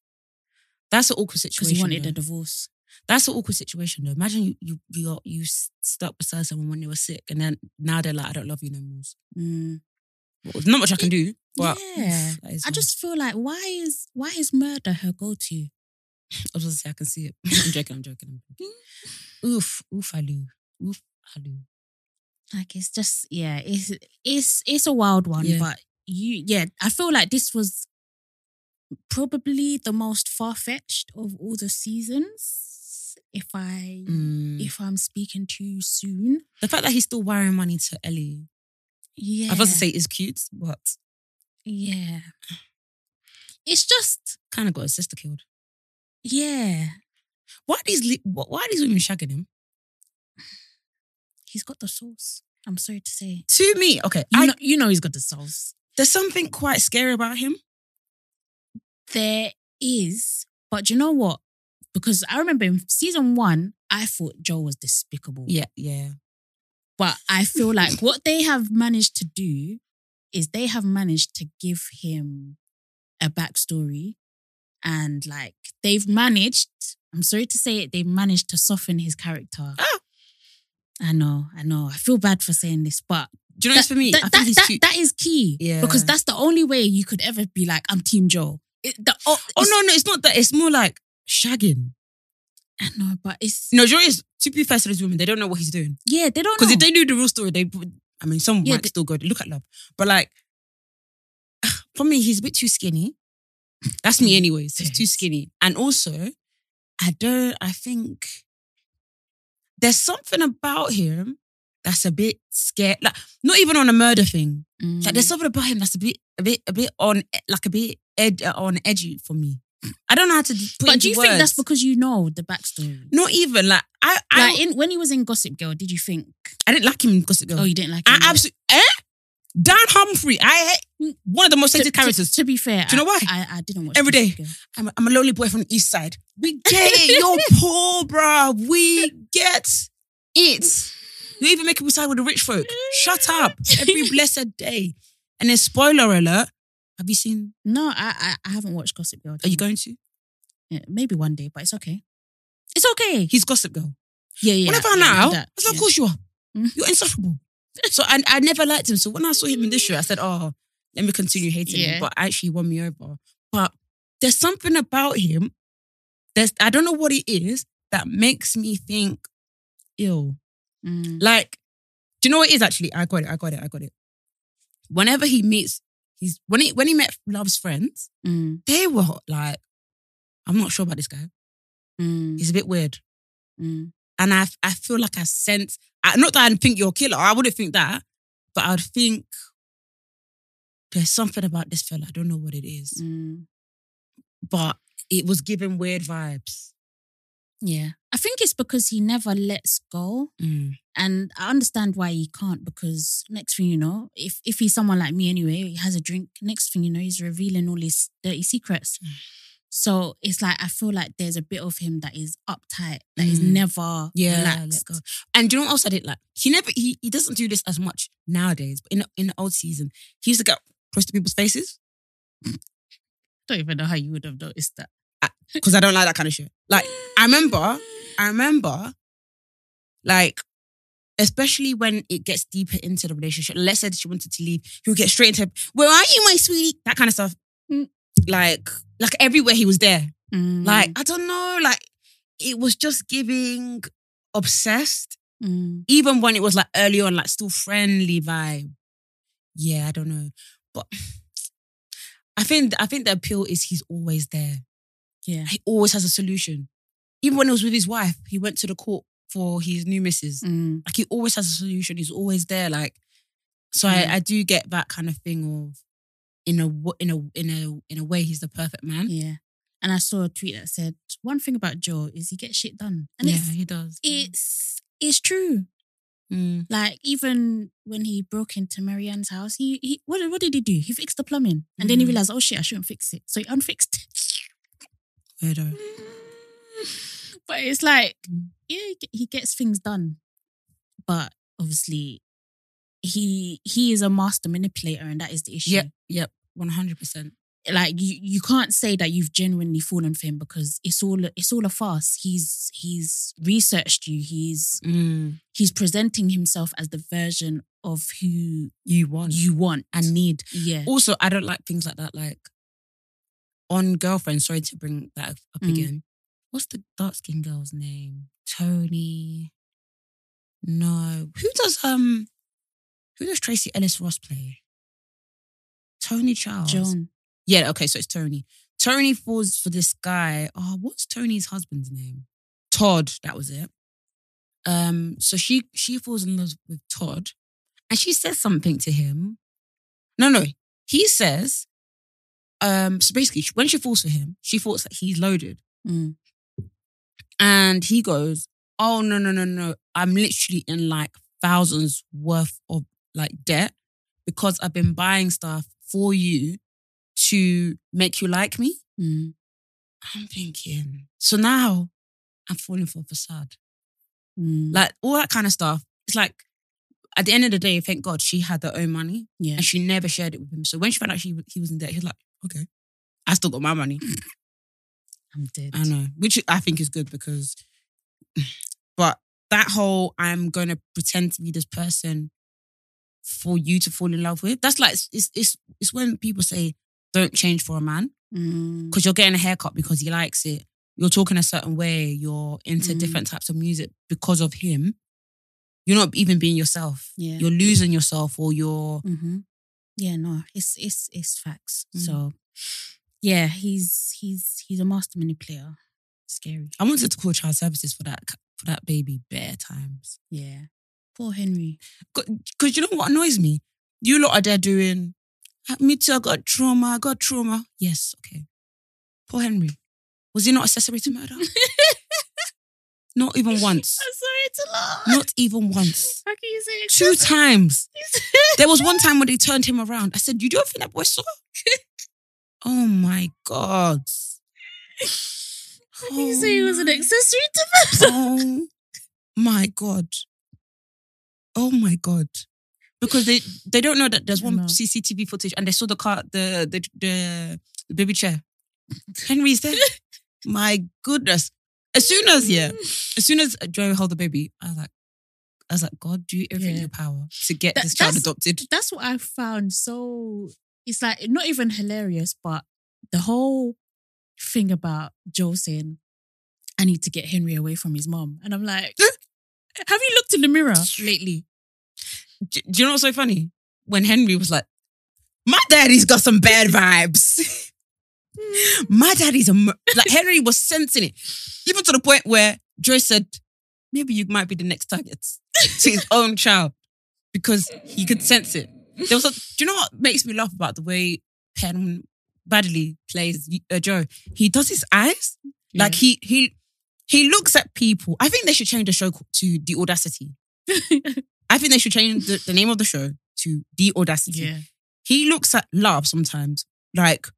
S2: that's an awkward
S1: because
S2: Mm. situation.
S1: he wanted
S2: though.
S1: a divorce.
S2: that's an awkward situation though. Imagine you you you, are, you s- stuck beside someone when they were sick, and then now they're like, I don't love you no more.
S1: Mm.
S2: Well, there's not much I can do. But
S1: Yeah.
S2: that is
S1: I
S2: mad.
S1: just feel like why is why is murder her go to?
S2: I was gonna say I can see it. I'm joking. I'm joking. I'm joking. oof, oof, Alu, oof, Alu.
S1: Like it's just yeah, it's it's it's a wild one,
S2: Yeah.
S1: but you yeah, I feel like this was probably the most far fetched of all the seasons. If I
S2: Mm.
S1: if I'm speaking too soon,
S2: The fact that he's still wiring money to Ellie,
S1: yeah,
S2: I was about to say is cute, but
S1: yeah. It's just
S2: kind of got his sister killed.
S1: yeah,
S2: Why are these li- wh- why are these women shagging him?
S1: he's got the sauce. I'm sorry to say,
S2: To me, okay,
S1: you
S2: I,
S1: know, you know he's got the sauce.
S2: there's something quite scary about him.
S1: There is, but do you know what? Because I remember in season one, I thought Joe was despicable.
S2: Yeah, yeah.
S1: But I feel like what they have managed to do is they have managed to give him a backstory and like they've managed, I'm sorry to say it, they've managed to soften his character.
S2: Ah.
S1: I know, I know. I feel bad for saying this, but
S2: Do you know it's for me?
S1: that,
S2: I
S1: that-
S2: think he's
S1: that-
S2: cute.
S1: that is key.
S2: Yeah.
S1: Because that's the only way you could ever be like, I'm Team Joe. It, the, oh,
S2: Oh no, no, it's not that. It's more like shagging.
S1: I know, but it's
S2: No, Jory is to be fair to these women, they don't know what he's doing
S1: yeah, they don't know.
S2: because if they knew the real story, they. would- I mean, some
S1: Oh. Yeah,
S2: might
S1: they-
S2: still go look at love, but like ah, for me, he's a bit too skinny. That's me, anyways. He's too
S1: Mm. Yes.
S2: skinny, and also, I don't. I think there's something about him that's a bit scared. Like not even on a murder thing.
S1: Mm.
S2: Like there's something about him that's a bit, a bit, a bit on, like a bit ed- uh, on edgy for me. I don't know how to d- put.
S1: but
S2: into
S1: do you think that's
S2: words.
S1: because you know the backstory?
S2: Not even like I. I,
S1: Like in, when he was in Gossip Girl, did you think?
S2: I didn't like him in Gossip Girl.
S1: Oh, you didn't like him.
S2: I
S1: yet?
S2: absolutely. Eh? Dan Humphrey. I hate one of the most
S1: To-
S2: hated
S1: to-
S2: characters.
S1: To, be fair,
S2: Do you know
S1: I-
S2: why?
S1: I, I didn't watch
S2: Every
S1: Gossip
S2: day.
S1: Girl.
S2: I'm, a, I'm a lonely boy from the East Side. We get it. You're poor, bruh. We get it. You even make people side with the rich folk. Shut up. Every blessed day. And then spoiler alert. Have you seen?
S1: No, I, I I haven't watched Gossip Girl.
S2: Are you going to?
S1: Yeah, maybe one day, but it's okay. It's okay.
S2: He's Gossip Girl.
S1: Yeah, yeah.
S2: when I found
S1: yeah,
S2: out,
S1: that,
S2: I was like,
S1: yeah.
S2: of course you are.
S1: Mm.
S2: You're insufferable. so I, I never liked him. So when I saw him in this show, I said, oh, let me continue hating
S1: Yeah.
S2: him. But actually, he won me over. But there's something about him. There's I don't know what it is that makes me think ill.
S1: Mm,
S2: Like, do you know what it is actually? I got it. I got it. I got it. Whenever he meets, he's when he when he met Love's friends,
S1: mm,
S2: they were like, I'm not sure about this guy.
S1: mm,
S2: He's a bit weird.
S1: mm.
S2: And I, I feel like I sense, I, not that I think you're a killer, I wouldn't think that, but I'd think there's something about this fella. I don't know what it is,
S1: mm.
S2: but it was giving weird vibes.
S1: Yeah, I think it's because he never lets go. And I understand why he can't because next thing you know, if
S2: Hmm.
S1: if he's someone like me anyway, he has a drink. Next thing you know, he's revealing all his dirty secrets. So it's like I feel like there's a bit of him that is uptight, that is
S2: Mm.
S1: never
S2: Yeah, let
S1: relaxed.
S2: go. And do you know what else I didn't like? He never he, he doesn't do this as much nowadays, but in the, in the old season, he used to get close to people's faces
S1: Don't even know how you would have noticed that.
S2: because I don't like that kind of shit. Like I remember, I remember, like especially when it gets deeper into the relationship. Let's say that she wanted to leave, he'll get straight into where are you, my sweetie? That kind of stuff.
S1: Mm.
S2: Like like everywhere he was there.
S1: Mm,
S2: Like I don't know. Like it was just giving obsessed.
S1: mm.
S2: even when it was like early on, like still friendly vibe. Yeah, I don't know, but I think I think the appeal is he's always there.
S1: yeah,
S2: He always has a solution. Even when he was with his wife, he went to the court for his new missus.
S1: mm.
S2: Like he always has a solution. He's always there. Like so,
S1: Mm.
S2: I, I do get that kind of thing of in a w- in a in a in a way he's the perfect man.
S1: yeah. And I saw a tweet that said one thing about Joe is he gets shit done, and
S2: yeah,
S1: it's
S2: he does.
S1: it's it's true.
S2: Mm.
S1: Like even when he broke into Marianne's house, he he what, did- what did he do? He fixed the plumbing, and then he
S2: Mhm.
S1: realized, oh shit, I shouldn't fix it, so he unfixed
S2: Weirdo.
S1: it. but it's like,
S2: Mm.
S1: yeah, he ge- he gets things done, but obviously, he he is a master manipulator, and that is the issue.
S2: Yep, yep, one hundred percent.
S1: Like you, you can't say that you've genuinely fallen for him because it's all it's all a farce. He's he's researched you. He's
S2: Mm.
S1: he's presenting himself as the version of who
S2: You won.
S1: you want
S2: and need.
S1: Yeah.
S2: Also, I don't like things like that. Like on girlfriend. Sorry to bring that up
S1: Mm.
S2: again. What's the dark skinned girl's name? Tony. No, who does um, who does Tracy Ellis Ross play? Tony Charles.
S1: John.
S2: Yeah. Okay, so it's Tony. Tony falls for this guy. Oh, what's Tony's husband's name? Todd. That was it. Um. So she she falls in love with Todd, and she says something to him. No, no. He says. Um. So basically, she- when she falls for him, she thought that he's loaded,
S1: Mm.
S2: and he goes, "Oh no, no, no, no! I'm literally in like thousands worth of like debt because I've been buying stuff for you to make you like me."
S1: Mm.
S2: I'm thinking. So now I'm falling for a facade.
S1: Mm.
S2: Like all that kind of stuff. It's like at the end of the day, thank God she had her own money
S1: yeah.
S2: and she never shared it with him. So when she found out she, he was in debt, he was like, okay, I still got my money.
S1: Mm. I'm dead.
S2: I know, which I think is good because, but that whole I'm going to pretend to be this person for you to fall in love with, that's like, it's, it's, it's when people say, don't change for a man
S1: Mm.
S2: because you're getting a haircut because he likes it. You're talking a certain way. You're into
S1: Mm.
S2: different types of music because of him. You're not even being yourself.
S1: Yeah.
S2: You're losing yourself, or you're
S1: hmm Yeah, no, it's it's it's facts.
S2: Mm.
S1: So yeah, he's he's he's a master manipulator. Scary.
S2: I wanted to call child services for that for that baby bare times.
S1: Yeah. Poor Henry.
S2: Because you know what annoys me? You lot are there doing. "Ah, Me too. I got trauma. I got trauma. Yes. Okay. Poor Henry. Was he not accessory to murder? not even once.
S1: sorry to laugh.
S2: Not even once.
S1: How can you say it?
S2: Two times. There was one time when they turned him around. I said, You don't think that boy saw? oh my God.
S1: How can you say he was an accessory to murder?
S2: Oh my God. Oh my God. Because they, they don't know that there's one
S1: No.
S2: CCTV footage and they saw the car, the the the, the baby chair. Henry's there. my goodness. As soon as, yeah, as soon as Joe held the baby, I was like, I was like, God, do everything in
S1: Yeah.
S2: your power to get
S1: That-
S2: this child
S1: that's-
S2: adopted.
S1: That's what I found so it's like not even hilarious, but the whole thing about Joe saying, I need to get Henry away from his mom. And I'm like, have you looked in the mirror?
S2: lately. Do, do you know what's so funny? When Henry was like, "My daddy's got some bad vibes." My daddy's a mur-" like Henry was sensing it, even to the point where Joy said, "Maybe you might be the next target to his own child," because he could sense it. There was a, do you know what makes me laugh about the way Penn Badley plays uh, Joe? He does his eyes like he he he looks at people. I think they should change the show to The Audacity. I think they should change the, the name of the show to The Audacity.
S1: Yeah.
S2: He looks at love sometimes, like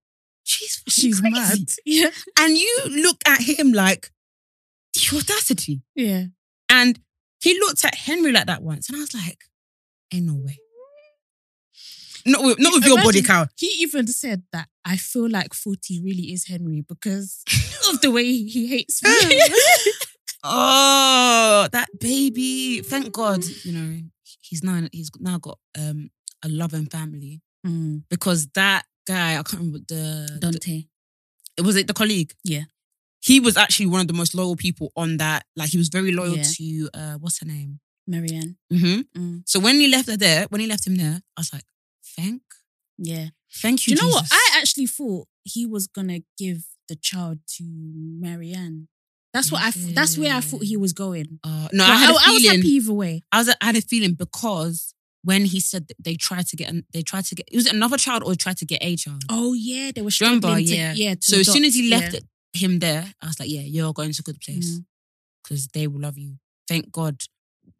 S2: she's
S1: She's
S2: crazy.
S1: mad. Yeah.
S2: And you look at him like the audacity.
S1: Yeah.
S2: And he looked at Henry like that once, and I was like, "Ain't no way." Not with, not with your body
S1: Imagine-
S2: count.
S1: He even said that I feel like 40 really is Henry because of the way he hates me.
S2: Oh, that baby! Thank God, Mm, you know he's now he's now got um a loving family
S1: Mm,
S2: because that guy I can't remember the
S1: Dante.
S2: was it the colleague?
S1: Yeah.
S2: He was actually one of the most loyal people on that. Like he was very loyal
S1: Yeah.
S2: to uh what's her name?
S1: Marianne.
S2: Mm-hmm.
S1: Mm,
S2: So when he left her there, when he left him there, I was like, thank,
S1: yeah.
S2: thank
S1: Do
S2: you.
S1: you know what?
S2: Jesus.
S1: I actually thought he was gonna give the child to Marianne. That's what I. f- That's where I thought he was going.
S2: Uh, Oh, no,
S1: But
S2: I had a
S1: I was
S2: feeling.
S1: happy either way.
S2: I was I had a feeling because when he said that they tried to get an- they tried to get it was another child or tried to get a child.
S1: Oh yeah, they were
S2: Do you remember?
S1: struggling. to,
S2: yeah,
S1: yeah. to
S2: so as soon
S1: adopt,
S2: as he left
S1: yeah. Mm.
S2: it, him there, I was like, yeah, you're going to a good place because they will love you. Thank God.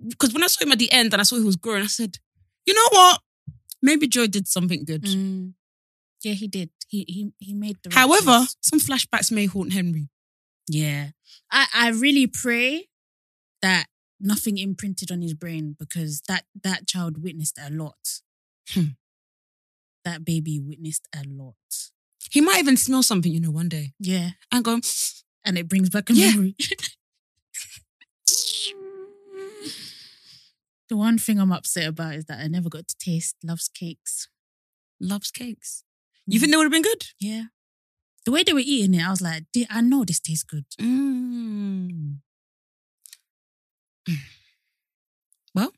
S2: Because when I saw him at the end and I saw he was growing, I said, you know what? Maybe Joy did something good.
S1: Mm. yeah, he did. He he he made the. right
S2: However,
S1: choice.
S2: some flashbacks may haunt Henry.
S1: yeah, I I really pray that nothing imprinted on his brain because that that child witnessed a lot.
S2: Hmm.
S1: That baby witnessed a lot.
S2: He might even smell something, you know, one day
S1: Yeah,
S2: and go,
S1: and it brings back a
S2: Yeah.
S1: memory. the one thing I'm upset about is that I never got to taste love's cakes.
S2: loves cakes. You
S1: Mm.
S2: think they would have been good?
S1: Yeah. The way they were eating it, I was like, "They- I know this tastes good.
S2: Mm. Well,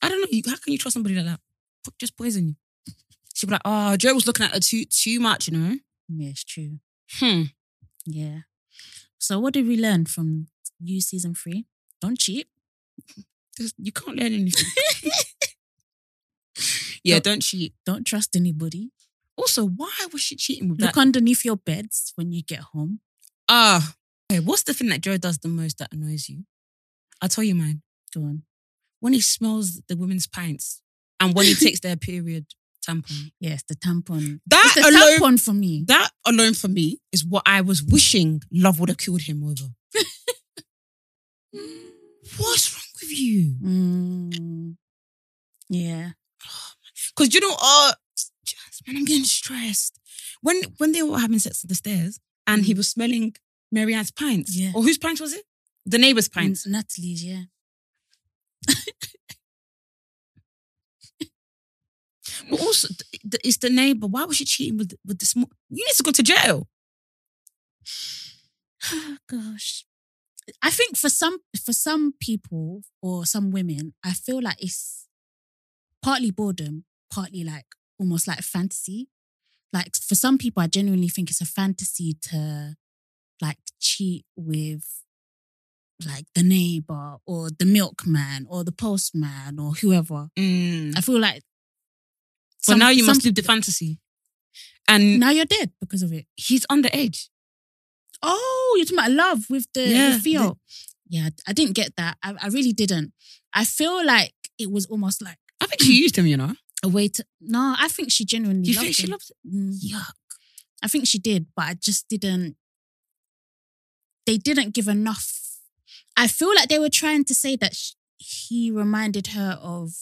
S2: I don't know. You, how can you trust somebody like that? Po- Just poison you. She'd be like, oh, Joe was looking at her too too much, you know?
S1: Yeah, it's true.
S2: Hmm.
S1: Yeah. So what did we learn from you season three? Don't cheat.
S2: There's- you can't learn anything. yeah,
S1: No.
S2: don't cheat.
S1: Don't trust anybody.
S2: Also, why was she cheating with
S1: Look
S2: that?
S1: underneath your beds when you get home.
S2: Ah, okay. What's the thing that Joe does the most that annoys you? I'll tell you mine.
S1: Go on.
S2: When he smells the women's pints and when he takes their period tampon.
S1: Yes, the tampon.
S2: That
S1: It's the
S2: alone
S1: tampon for me.
S2: That alone for me is what I was wishing love would have killed him over. What's wrong with you?
S1: Mm. Yeah.
S2: Because you know, uh, Jasmine, I'm getting stressed. When when they were having sex on the stairs and he was smelling Marianne's pints,
S1: Mm. Yeah.
S2: or whose pints was it? The neighbor's pints.
S1: N- Natalie's, yeah. Mm.
S2: But also, th- th- it's the neighbor. Why was she cheating with with the small? You need to go to jail.
S1: Oh, gosh. I think for some for some people or some women, I feel like it's partly boredom, partly like almost like fantasy. Like for some people, I genuinely think it's a fantasy to like cheat with like the neighbor or the milkman or the postman or whoever. I feel like
S2: So
S1: Mm. some-
S2: now you must
S1: some-
S2: live the fantasy, and
S1: now you're dead because of it.
S2: he's underage.
S1: Oh, you're talking about love with the,
S2: Yeah,
S1: the Theo. yeah, I didn't get that. I, I really didn't. I feel like it was almost like
S2: I think she used him. You know.
S1: a way to. No, I think she genuinely.
S2: Do you
S1: loved
S2: think she
S1: him.
S2: loves?
S1: Mm.
S2: Yuck.
S1: I think she did, but I just didn't. They didn't give enough. I feel like they were trying to say that sh he reminded her of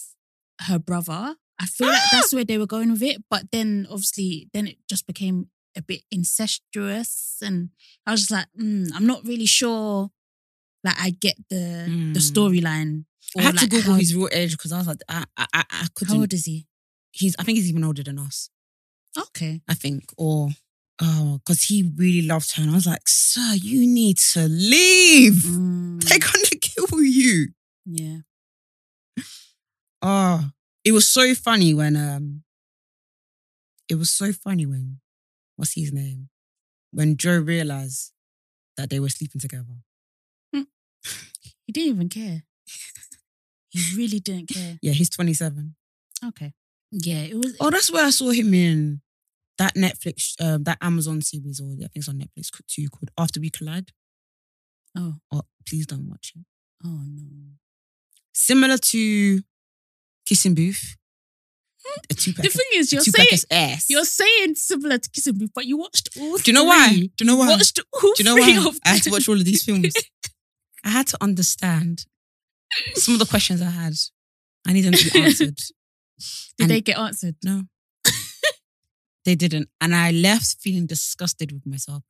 S1: her brother. I feel like that's where they were going with it, but then obviously, then it just became a bit incestuous, and I was just like, mm, I'm not really sure. Like, I get the the
S2: Mm.
S1: storyline.
S2: I
S1: or
S2: had to
S1: like
S2: Google
S1: how-
S2: his real age because I was like, I, I, I, I
S1: How old
S2: couldn't.
S1: is he?
S2: He's, I think he's even older than us.
S1: Okay.
S2: I think, or oh, because he really loved her, and I was like, sir, you need to leave.
S1: Mm,
S2: They're gonna kill you.
S1: yeah.
S2: Oh, it was so funny when um, it was so funny when, what's his name, when Joe realized that they were sleeping together.
S1: He didn't even care. he really didn't care.
S2: Yeah, he's twenty seven.
S1: Okay. Yeah, it was.
S2: Oh, that's where I saw him in that Netflix, um, that Amazon series, or I think it's on Netflix too, called After We Collide.
S1: oh,
S2: Oh, please don't watch it.
S1: oh no.
S2: Similar to Kissing Booth, a two pack.
S1: The thing is, you're
S2: two pack
S1: saying
S2: ass.
S1: you're saying similar to Kissing Booth, but you watched all.
S2: Do you know why?
S1: three.
S2: Do you know why?
S1: Watched all
S2: Do you know
S1: three
S2: why
S1: of
S2: I had to
S1: them.
S2: watch all of these films? I had to understand some of the questions I had. I need them to be answered.
S1: Did
S2: and-
S1: they get answered?
S2: No, they didn't, and I left feeling disgusted with myself.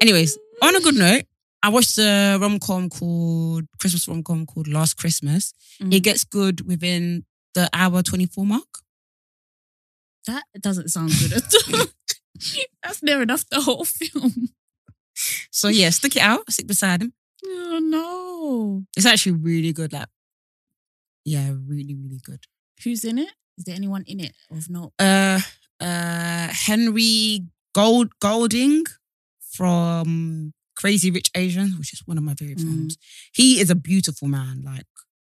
S2: Anyways, on a good
S1: Mm.
S2: note, I watched a rom com called Christmas rom com called Last Christmas.
S1: Mm.
S2: It gets good within the hour twenty four mark.
S1: That doesn't sound good at all. That's near enough the whole film.
S2: So yeah, stick it out, stick beside him.
S1: Oh no!
S2: It's actually really good. Like, yeah, really, really good.
S1: Who's in it? Is there anyone in it of note?
S2: uh, uh, Henry Gold Golding from Crazy Rich Asians, which is one of my favorite
S1: Mm.
S2: films. He is a beautiful man. Like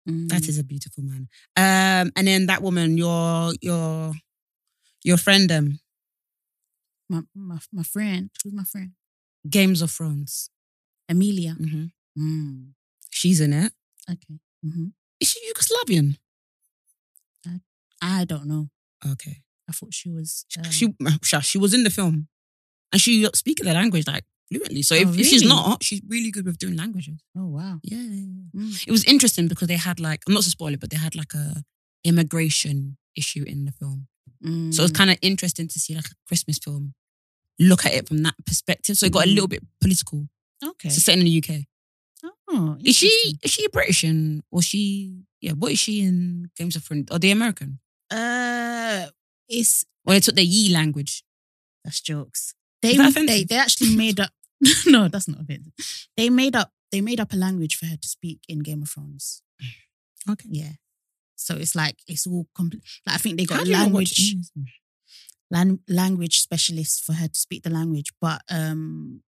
S1: mm,
S2: that is a beautiful man. Um, and then that woman, your your your friend, um,
S1: my, my my friend. Who's my friend?
S2: Games of Thrones.
S1: Amelia.
S2: Mhm.
S1: Mm.
S2: She's in it.
S1: Okay. hmm
S2: Is she Yugoslavian?
S1: I don't know.
S2: Okay,
S1: I thought she was. um,
S2: she she she was in the film, and she speaks the language like fluently. So if,
S1: Oh,
S2: if she's
S1: really?
S2: not, she's really good with doing languages.
S1: oh wow.
S2: Yeah. yeah, yeah.
S1: Mm.
S2: It was interesting because they had like, I'm not to spoil it, but they had like a immigration issue in the film. So
S1: Mm.
S2: it was kind of interesting to see like a Christmas film look at it from that perspective. So it got a
S1: Mm.
S2: little bit political.
S1: of okay.
S2: It's set in the UK.
S1: Oh,
S2: Is she
S1: interesting.
S2: is she British or she yeah, what is she in Games of Thrones? Are they American?
S1: Uh, it's
S2: Or they took their Yi language.
S1: That's jokes. They
S2: Is
S1: they
S2: that offensive?
S1: they actually made up. no, that's not offensive. They made up they made up a language for her to speak in Game of Thrones.
S2: Okay.
S1: Yeah. So it's like it's all complete. Like I think they
S2: How
S1: got
S2: do
S1: a
S2: you not watch
S1: language
S2: it?
S1: lan- language specialist for her to speak the language, but um,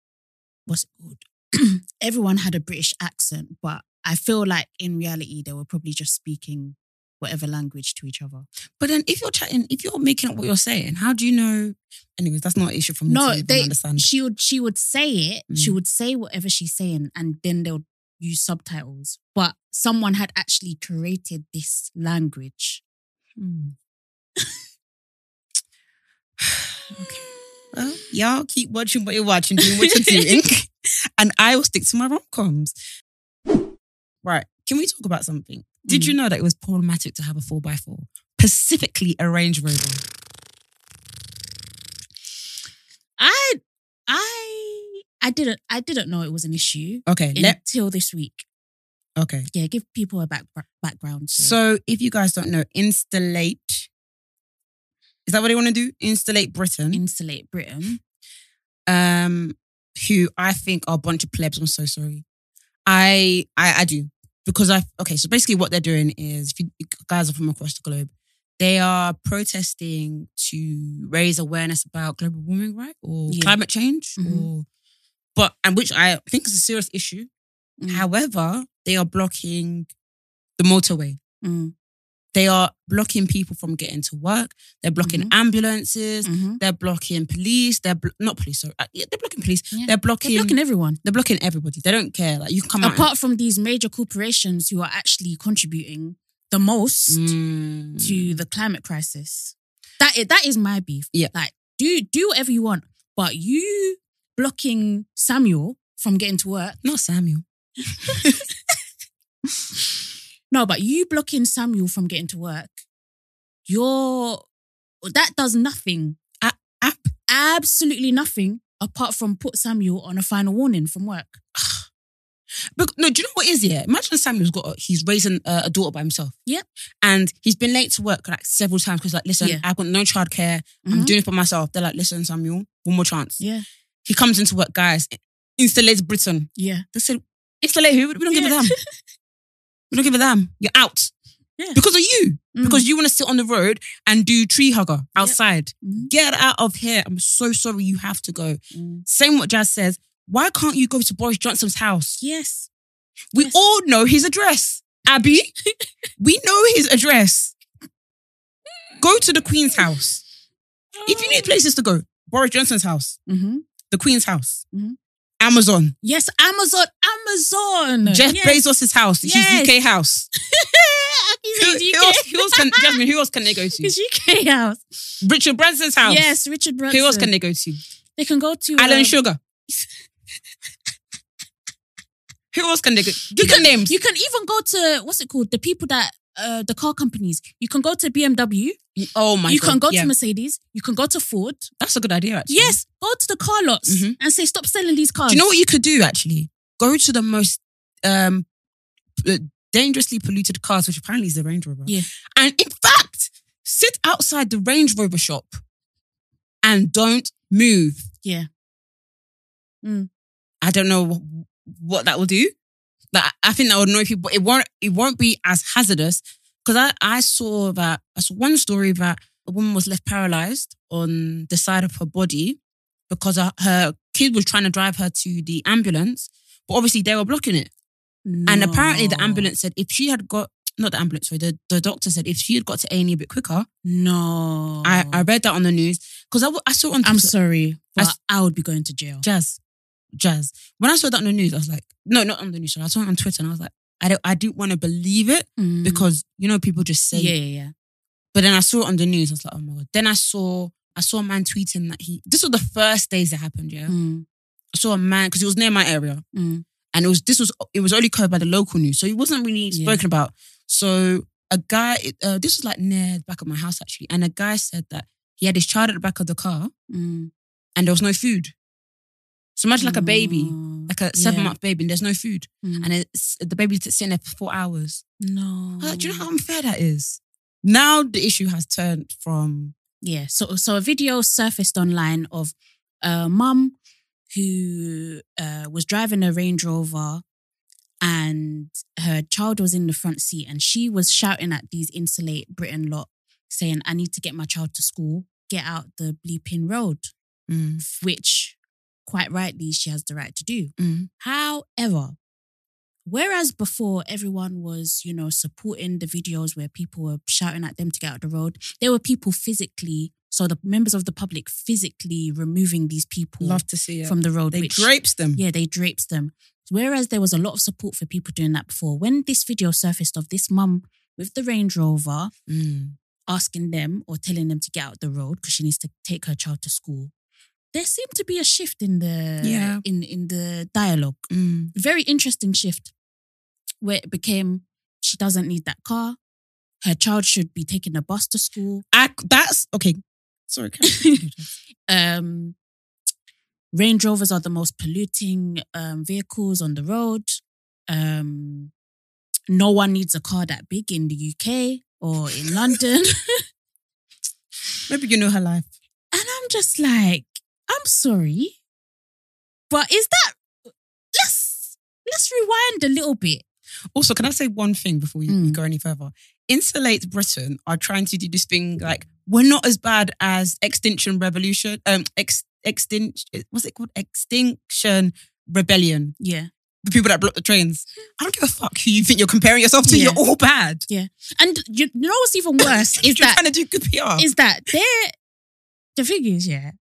S1: what's it called? Everyone had a British accent, but I feel like in reality they were probably just speaking whatever language to each other.
S2: But then if you're chatting, if you're making up what you're saying, how do you know anyways, that's not an issue for me
S1: No,
S2: to even
S1: they-
S2: understand.
S1: she would she would say it. She
S2: Mm.
S1: would say whatever she's saying, and then they'll use subtitles. But someone had actually created this language.
S2: Hmm. okay. Well, y'all keep watching what you're watching, doing what you're doing, and I will stick to my rom coms. Right. Can we talk about something? Did you know that it was problematic to have a 4x4, specifically a Range Rover?
S1: I I I didn't I didn't know it was an issue
S2: Okay. Let,
S1: until this week.
S2: okay.
S1: Yeah, give people a back, background. So,
S2: So if you guys don't know, Installate. Is that what they want to do? Installate Britain.
S1: insulate Britain.
S2: um, who I think are a bunch of plebs. I'm so sorry. I I, I do because I okay. So basically, what they're doing is, if you guys are from across the globe, they are protesting to raise awareness about global warming, right, or
S1: Yeah.
S2: climate change,
S1: Mhm.
S2: or but and which I think is a serious issue.
S1: Mm.
S2: However, they are blocking the motorway
S1: Mm,
S2: they are blocking people from getting to work. They're blocking
S1: Mhm.
S2: ambulances.
S1: mhm.
S2: They're blocking police. They're bl- not police. Sorry, Uh, yeah, they're blocking police.
S1: Yeah.
S2: They're blocking.
S1: They're blocking everyone.
S2: they're blocking everybody. They don't care. Like you can come out.
S1: Apart from these major corporations who are actually contributing the most
S2: Mm. and-
S1: to the climate crisis. That is, that is my beef.
S2: Yeah.
S1: Like do do whatever you want, but you blocking Samuel from getting to work.
S2: not Samuel.
S1: No, but you blocking Samuel from getting to work. You're that does nothing.
S2: A- ab-
S1: absolutely nothing apart from put Samuel on a final warning from work.
S2: But no, do you know what is yeah? Imagine Samuel's got a, he's raising a, a daughter by himself.
S1: Yep.
S2: and he's been late to work like several times because like listen,
S1: Yeah.
S2: I've got no childcare. I'm
S1: Mhm.
S2: doing it for myself. They're like listen, Samuel, one more chance.
S1: Yeah.
S2: He comes into work, guys. Installates Britain.
S1: Yeah.
S2: They said, installate who? We don't give a
S1: Yeah.
S2: damn. we don't give a damn. You're out.
S1: Yeah.
S2: Because of you.
S1: Mm.
S2: Because you want to sit on the road and do tree hugger outside.
S1: Mhm.
S2: Get out of here. I'm so sorry you have to go.
S1: Mm.
S2: Same what Jazz says. Why can't you go to Boris Johnson's house?
S1: Yes.
S2: We
S1: Yes.
S2: all know his address. Abby, we know his address. Go to the Queen's house. If you need places to go, Boris Johnson's house,
S1: hmm
S2: the Queen's house,
S1: Mhm.
S2: Amazon,
S1: Yes, Amazon, Amazon.
S2: Jeff
S1: yes.
S2: Bezos' house, his
S1: Yes.
S2: UK house. Who,
S1: Aki's
S2: who else, who else can Jasmine? Who else can they go to?
S1: His UK house.
S2: Richard Branson's house.
S1: Yes, Richard Branson.
S2: Who else can they go to?
S1: They can go to
S2: Alan
S1: um,
S2: Sugar. who else can they go? Give them names.
S1: You can even go to what's it called? The people that uh, the car companies. You can go to BMW.
S2: oh my!
S1: you
S2: God.
S1: can go
S2: Yeah.
S1: to Mercedes. You can go to Ford.
S2: That's a good idea. Actually.
S1: Yes, go to the car lots
S2: Mhm.
S1: and say stop selling these cars.
S2: Do you know what you could do? Actually, go to the most um uh, dangerously polluted cars, which apparently is the Range Rover.
S1: Yeah.
S2: And in fact, sit outside the Range Rover shop and don't move.
S1: Yeah. Mm.
S2: I don't know wh- what that will do. Like, I- I think that would annoy people. but It won't. It won't be as hazardous because I, I saw that I saw one story that a woman was left paralyzed on the side of her body because her, her kid was trying to drive her to the ambulance, but obviously they were blocking it. And apparently the
S1: No.
S2: ambulance said if she had got not the ambulance, sorry, the, the doctor said if she had got to A and E a bit quicker,
S1: No,
S2: I, I read that on the news because I, w- I saw it on
S1: am
S2: Twitter.
S1: sorry,
S2: I
S1: but
S2: s-
S1: I would be going to jail.
S2: Jazz, Jazz. When I saw that on the news, I was like, no, not on the news. Sorry, I saw it on Twitter, and I was like, I don't, I didn't want to believe it
S1: Mm.
S2: because you know people just say.
S1: yeah,
S2: it.
S1: yeah, yeah.
S2: But then I saw it on the news. I was like, oh my god. Then I saw, I saw a man tweeting that he. This was the first days that happened. Yeah,
S1: Mm,
S2: I saw a man because it was near my area,
S1: mm.
S2: and it was this was it was only covered by the local news, so it wasn't really
S1: Yeah.
S2: spoken about. So a guy, it, uh, this was like near the back of my house actually, and a guy said that he had his child at the back of the car,
S1: mm.
S2: and there was no food. So much like a baby
S1: No.
S2: like a seven
S1: Mm. Yeah.
S2: month baby and there's no food
S1: Mm.
S2: and it's, the baby's sitting there for four hours.
S1: no.
S2: I was like, do you know how unfair that is? Now the issue has turned from
S1: Yeah. So so a video surfaced online of a mum who uh, was driving a Range Rover and her child was in the front seat and she was shouting at these insulate Britain lot saying, I need to get my child to school, get out the bleeping road, which quite rightly she has the right to do.
S2: Mm.
S1: However, whereas before everyone was, you know, supporting the videos where people were shouting at them to get out the road, there were people physically, so the members of the public physically removing these people
S2: love to see it.
S1: from the road.
S2: they
S1: which-
S2: drapes them.
S1: Yeah, they drapes them. Whereas there was a lot of support for people doing that before. When this video surfaced of this mum with the Range Rover
S2: Mm.
S1: asking them or telling them to get out the road because she needs to take her child to school, there seemed to be a shift in the
S2: Yeah.
S1: in in the dialogue
S2: Mm.
S1: very interesting shift where it became she doesn't need that car. Her child should be taking a bus to school.
S2: I, that's okay. Sorry. carry on.
S1: Um, Range Rovers are the most polluting um, vehicles on the road. Um, no one needs a car that big in the UK or in London.
S2: Maybe you know her life.
S1: And I'm just like, I'm sorry, but is that let's let's rewind a little bit.
S2: Also, can I say one thing before you
S1: Mm.
S2: go any further? Insulate Britain are trying to do this thing like we're not as bad as Extinction Revolution. Um, ex, extinction. What's it called? Extinction Rebellion.
S1: Yeah.
S2: the people that block the trains. I don't give a fuck who you think you're comparing yourself to.
S1: Yeah.
S2: You're all bad.
S1: And you, you know what's even worse is
S2: you're
S1: that
S2: trying to do good PR.
S1: is that they're the thing is, yeah,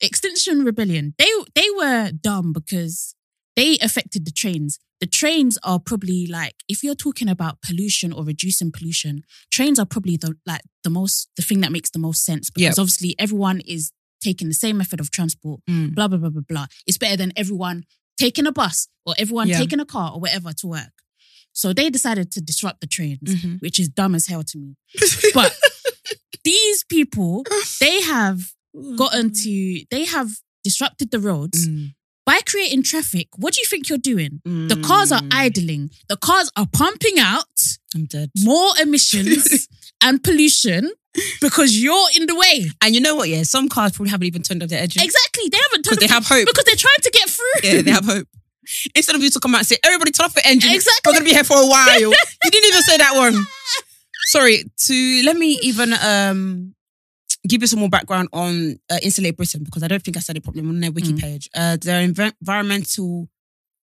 S1: Extinction Rebellion. They they were dumb because they affected the trains. The trains are probably like if you're talking about pollution or reducing pollution, trains are probably the like the most the thing that makes the most sense because obviously everyone is taking the same method of transport.
S2: Mm.
S1: Blah blah blah blah blah. It's better than everyone taking a bus or everyone
S2: Yeah.
S1: taking a car or whatever to work. So they decided to disrupt the trains,
S2: Mhm.
S1: which is dumb as hell to me. But these people, they have gotten to, they have disrupted the roads
S2: Mm.
S1: by creating traffic. What do you think you're doing? The cars are
S2: Mm.
S1: idling. The cars are pumping out
S2: I'm dead.
S1: more emissions and pollution because you're in the way.
S2: And you know what? Yeah, some cars probably haven't even turned up their engine
S1: Exactly. They haven't
S2: because
S1: turned
S2: they have hope.
S1: because they're trying to get through.
S2: yeah, they have hope. Instead of you to come out and say, "Everybody, turn off your engine.
S1: Exactly.
S2: We're gonna be here for a while." you didn't even say that one. Sorry. To let me even um give you some more background on uh, Insulate Britain because I don't think I said it properly I'm on their wiki
S1: Mm.
S2: page. Uh, they're env- environmental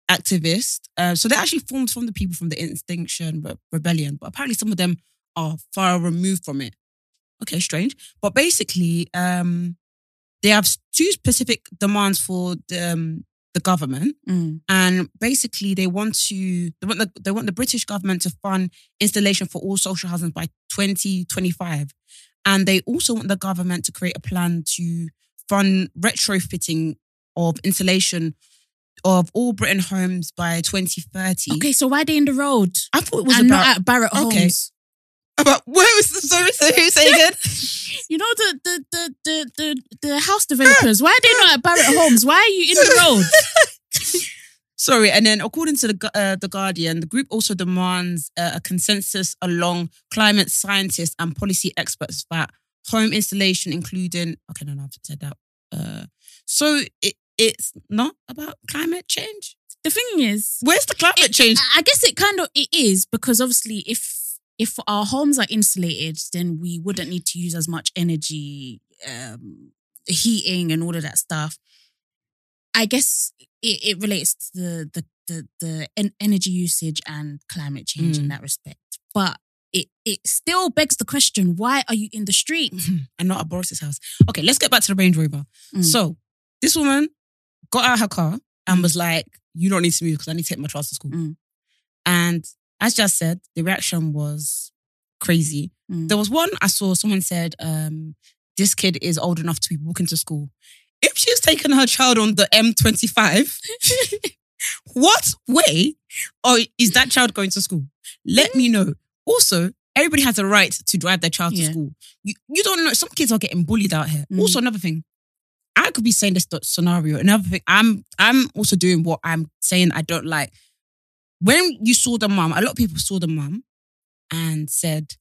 S2: activists. Uh, so they're actually formed from the people from the Extinction Re- Rebellion, but apparently some of them are far removed from it. Okay, strange. But basically, um, they have two specific demands for the, um, the government,
S1: Mm.
S2: and basically they want to they want the, they want the British government to fund installation for all social housing by 2025, and they also want the government to create a plan to fund retrofitting of installation of all Britain homes by 2030.
S1: Okay, so why they in the road
S2: I thought it was
S1: and
S2: about
S1: not at Barrett
S2: Okay.
S1: Homes?
S2: about where was the sorry, so who's saying it?
S1: You know the the the the the, the house developers. Why are they not at Barrett Homes? Why are you in the road?
S2: Sorry, and then according to the Gu- uh, the Guardian, the group also demands uh, a consensus along climate scientists and policy experts that home installation, including okay, no, no I've said that. Uh, so it, it's not about climate change.
S1: The thing is,
S2: Where's the climate change?
S1: I- I guess it kind of it is because obviously if if our homes are insulated, then we wouldn't need to use as much energy, um, heating, and all of that stuff. I guess it, it relates to the the the, the en- energy usage and climate change in
S2: Mm.
S1: that respect, but. It, it still begs the question, why are you in the street?
S2: and not at Boris's house. Okay, let's get back to the Range Rover.
S1: Mm.
S2: So this woman got out of her car and was like, "You don't need to move because I need to take my child to school."
S1: Mm.
S2: And as just said, the reaction was crazy.
S1: Mm.
S2: There was one I saw. Someone said, um, "This kid is old enough to be walking to school." If she's taking her child on the M25, what way or is that child going to school? Let me know. Also, everybody has a right to drive their child
S1: Yeah.
S2: to school. You, you don't know. Some kids are getting bullied out here.
S1: Mhm.
S2: Also, another thing, I could be saying this th- scenario. Another thing, I'm I'm also doing what I'm saying I don't like. When you saw the mum, a lot of people saw the mum and said,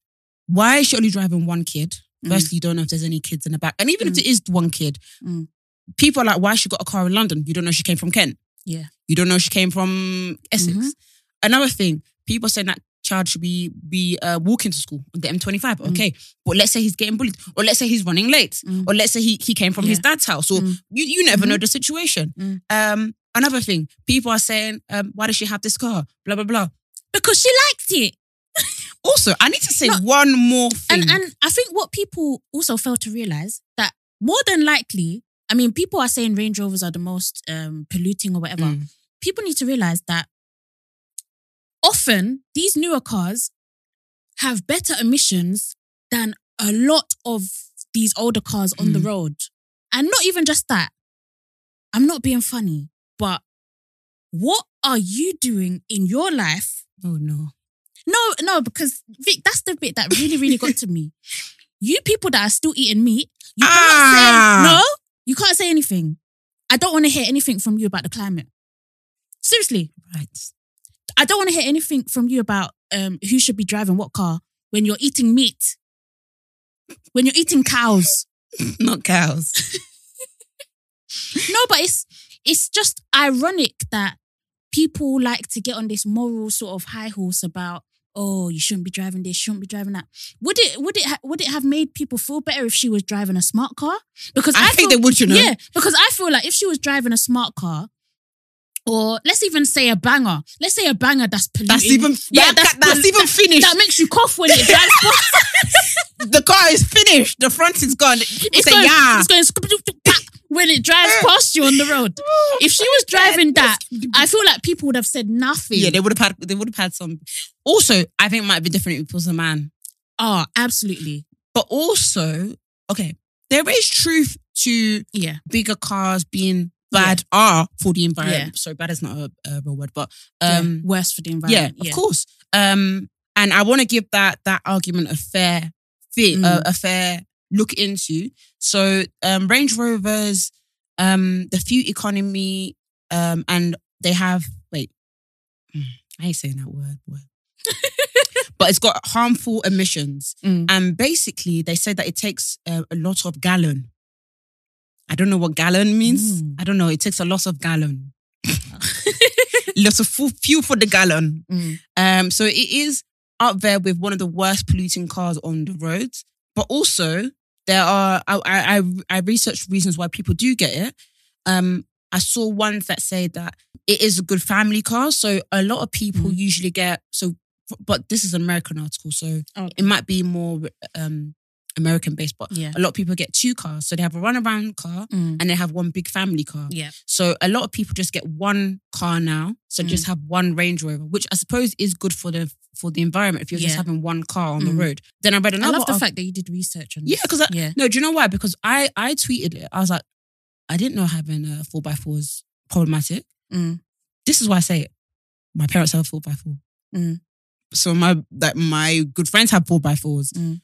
S2: "Why is she only driving one kid?"
S1: Mm.
S2: Firstly, you don't know if there's any kids in the back, and even
S1: Mm.
S2: if there is one kid,
S1: Mm.
S2: people are like, "Why she got a car in London?" You don't know she came from Kent.
S1: Yeah.
S2: You don't know she came from Essex.
S1: Mhm.
S2: Another thing, people saying that child should be be uh, walking to school on the M25.
S1: Mm.
S2: Okay, but let's say he's getting bullied, or let's say he's running late,
S1: Mm.
S2: or let's say he he came from his
S1: Yeah.
S2: dad's house, or
S1: Mm.
S2: you you never know
S1: Mhm.
S2: the situation.
S1: Mm.
S2: Um, another thing, people are saying, um, why does she have this car? Blah blah blah.
S1: Because she liked it.
S2: Also, I need to say
S1: No.
S2: one more thing.
S1: And and I think what people also fail to realize that more than likely, I mean, people are saying Range Rovers are the most um, polluting or whatever.
S2: Mm.
S1: People need to realize that often these newer cars have better emissions than a lot of these older cars on the
S2: Mm.
S1: road, and not even just that. I'm not being funny, but what are you doing in your life
S2: oh no.
S1: no, no, because Vic, that's the bit that really, really got to me. You people that are still eating meat, you
S2: Ah.
S1: can't say no. You can't say anything. I don't want to hear anything from you about the climate. Seriously,
S2: Right.
S1: I don't want to hear anything from you about um, who should be driving what car when you're eating meat, when you're eating cows.
S2: Not cows.
S1: No, but it's it's just ironic that people like to get on this moral sort of high horse about oh you shouldn't be driving this, shouldn't be driving that. Would it would it ha- would it have made people feel better if she was driving a smart car? Because
S2: I,
S1: I,
S2: think
S1: feel,
S2: they would, you know.
S1: yeah, because I feel like if she was driving a smart car. Or let's even say a banger. Let's say a banger that's polluting.
S2: That's even
S1: yeah,
S2: that- that's,
S1: pollu-
S2: even finished.
S1: that makes you cough when it drives. past.
S2: the car is finished. The front is gone. People
S1: it's
S2: say,
S1: going,
S2: yeah.
S1: it's going skip-a-doop-doop-doop when it drives past you on the road. If she was driving that, I feel like people would have said nothing.
S2: yeah, they would have had. They would have had some. Also, I think it might be different if it was a man.
S1: Oh, absolutely.
S2: But also, okay, there is truth to
S1: Yeah.
S2: bigger cars being bad are for the environment. Sorry, bad is not a, a real word, but um,
S1: yeah. Worse for the
S2: yeah,
S1: environment.
S2: of course. Um, and I want to give that that argument a fair fit,
S1: Mm.
S2: a, a fair look into. So, um, Range Rovers, um, the fuel economy, um, and they have wait, Mm, I ain't saying that word, word. but it's got harmful emissions,
S1: Mm.
S2: and basically they said that it takes uh, a lot of gallon. I don't know what gallon means.
S1: Mm.
S2: I don't know. It takes a lot of gallon. Lots of fu- fuel for the gallon.
S1: Mm.
S2: Um, so it is up there with one of the worst polluting cars on the roads. But also, there are I I, I I researched reasons why people do get it. Um, I saw ones that say that it is a good family car. So a lot of people
S1: Mm-hmm.
S2: usually get so. But this is an American article, so
S1: Oh, Okay.
S2: it might be more um, American based, but
S1: Yeah.
S2: a lot of people get two cars. So they have a runaround car
S1: Mm.
S2: and they have one big family car.
S1: Yeah.
S2: So a lot of people just get one car now. So
S1: Mm.
S2: just have one Range Rover, which I suppose is good for the for the environment if you're
S1: Yeah.
S2: just having one car on
S1: Mm.
S2: the road. Then I read
S1: I
S2: another
S1: love the
S2: article-
S1: fact that you did research on
S2: Yeah,
S1: this.
S2: because I
S1: yeah.
S2: no, do you know why? Because I I tweeted it. I was like, I didn't know having a four by four is problematic.
S1: Mm.
S2: This is why I say it. My parents have a four by four.
S1: Mm.
S2: So my like my good friends have four by fours.
S1: Mm.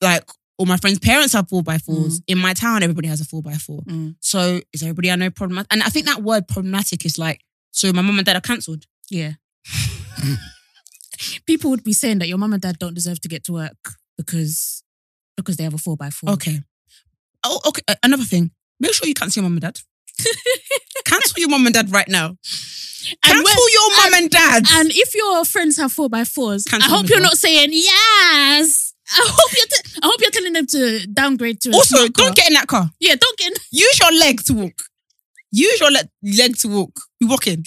S2: Like all my friends' parents have four by fours. In my town, everybody has a four by four.
S1: Mm.
S2: So is everybody I know problematic? And I think that word problematic is like, so my mum and dad are cancelled.
S1: Yeah. People would be saying that your mum and dad don't deserve to get to work because because they have a four by four.
S2: Okay. Oh, okay. uh, Another thing. Make sure you cancel your mum and dad. cancel your mum and dad right now.
S1: And
S2: Cancel your mum and dad.
S1: And if your friends have four by fours,
S2: Cancel
S1: I
S2: them
S1: hope
S2: as
S1: you're
S2: well.
S1: not saying yes. I hope you're. T- I hope you're telling them to downgrade to. a
S2: also,
S1: smart car.
S2: don't get in that car.
S1: Yeah, don't get.
S2: Use your leg to walk. Use your le- leg to walk. You walking.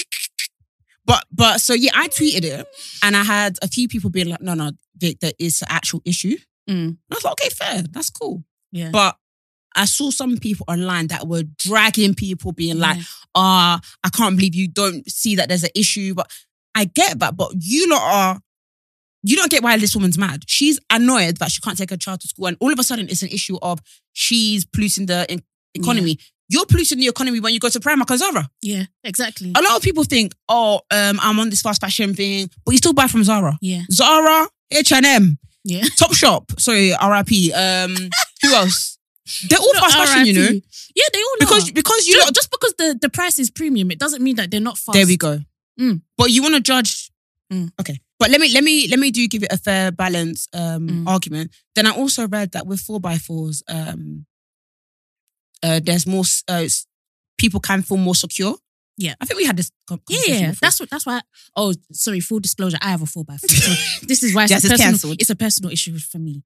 S2: But but so yeah, I tweeted it, and I had a few people being like, "No, no, Vic, there is an actual issue."
S1: Mm.
S2: And I was like, "Okay, fair, that's cool."
S1: Yeah.
S2: But I saw some people online that were dragging people, being like,
S1: Yeah.
S2: "Ah, I can't believe you don't see that there's an issue." But I get that, but you lot are. You don't get why this woman's mad. She's annoyed that she can't take her child to school, and all of a sudden, it's an issue of she's polluting the en- economy. You're polluting the economy when you go to Primark and Zara.
S1: yeah, exactly.
S2: A lot of people think, "Oh, um, I'm on this fast fashion thing," but you still buy from Zara,
S1: yeah,
S2: Zara, H and M,
S1: yeah.
S2: Top Shop. Sorry, RIP. Um, who else? They're all fast fashion, you know.
S1: RIP. Yeah, they all
S2: Because
S1: are.
S2: because you
S1: Ju-
S2: lot-
S1: just because the, the price is premium, it doesn't mean that they're not fast.
S2: there we go.
S1: Mm.
S2: But you want to judge.
S1: Mm.
S2: Okay. But let me let me let me do give it a fair balance um
S1: Mm.
S2: argument. Then I also read that with four by fours, um, uh, there's more s- uh, s- people can feel more secure.
S1: Yeah.
S2: I think we had this. co-
S1: Yeah,
S2: conversation
S1: yeah.
S2: before.
S1: That's what. That's why. oh, sorry. Full disclosure. I have a four by four. So this is why it's,
S2: Yes,
S1: a
S2: it's
S1: personal,
S2: cancelled.
S1: it's a personal issue for me.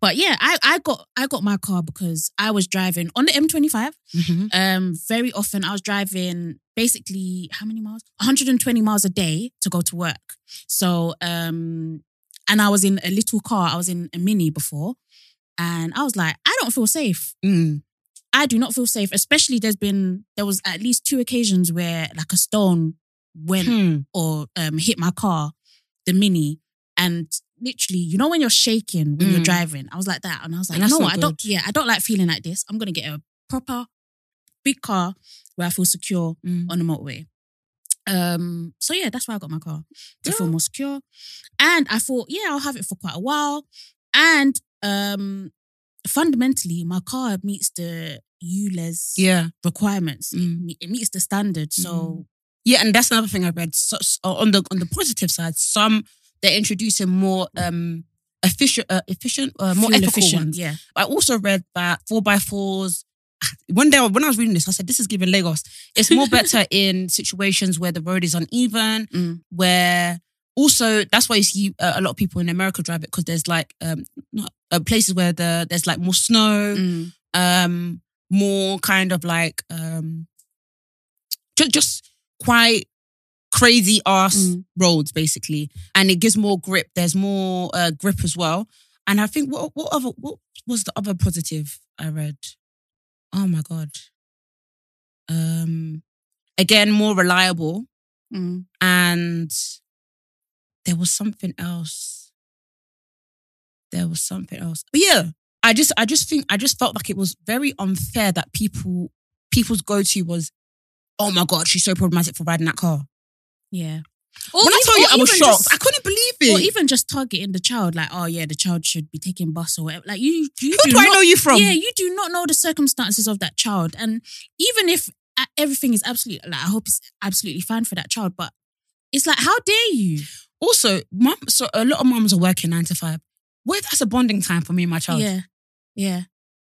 S1: But yeah, I, I got I got my car because I was driving on the M25.
S2: Mhm.
S1: Um, very often I was driving basically how many miles? 120 miles a day to go to work. So um, and I was in a little car. I was in a mini before, and I was like, I don't feel safe.
S2: Mm.
S1: I do not feel safe. Especially there's been there was at least two occasions where like a stone went
S2: Hmm.
S1: or um, hit my car, the mini, and literally, you know, when you're shaking when you're
S2: Mm.
S1: driving, I was like that, and I was like,
S2: And that's
S1: no,
S2: not
S1: I don't.
S2: good.
S1: Yeah, I don't like feeling like this. I'm gonna get a proper big car where I feel secure
S2: Mm.
S1: on the motorway. Um, so yeah, that's why I got my car to
S2: Yeah.
S1: feel more secure, and I thought, yeah, I'll have it for quite a while, and um, fundamentally, my car meets the ULEZ
S2: Yeah.
S1: requirements.
S2: Mm.
S1: It me- It meets the standard, so
S2: Yeah, and that's another thing I read. So, so- on the on the positive side, some they're introducing more um efficient, uh, efficient, uh, more
S1: fuel
S2: ethical
S1: efficient,
S2: ones.
S1: Yeah,
S2: I also read that four by fours. One day when I was reading this, I said, "This is giving Lagos. It's more better in situations where the road is uneven,
S1: Mm.
S2: where." Also, that's why you see uh, a lot of people in America drive it because there's like um, not, uh, places where the there's like more snow,
S1: Mm.
S2: um more kind of like um just, just quite crazy ass
S1: Mm.
S2: roads basically and it gives more grip there's more uh, grip as well and i think what what other what was the other positive i read oh my god um again more reliable
S1: Mm.
S2: and there was something else. There was something else. But yeah, I just I just think I just felt like it was very unfair that people people's go to was, oh my god, she's so problematic for riding that car.
S1: Yeah.
S2: when I
S1: ev-
S2: tell you,
S1: or
S2: I was
S1: even
S2: shocked.
S1: just-
S2: I couldn't believe
S1: Or
S2: it.
S1: even just targeting the child, like, oh yeah, the child should be taking bus or whatever. Like you, you
S2: Who do I
S1: not-
S2: know you from?
S1: Yeah, you do not know the circumstances of that child, and even if uh, everything is absolutely, like, I hope it's absolutely fine for that child, but it's like, how dare you?
S2: Also, mum. So a lot of mums are working nine to five. What if that's a bonding time for me and my child?
S1: Yeah, yeah.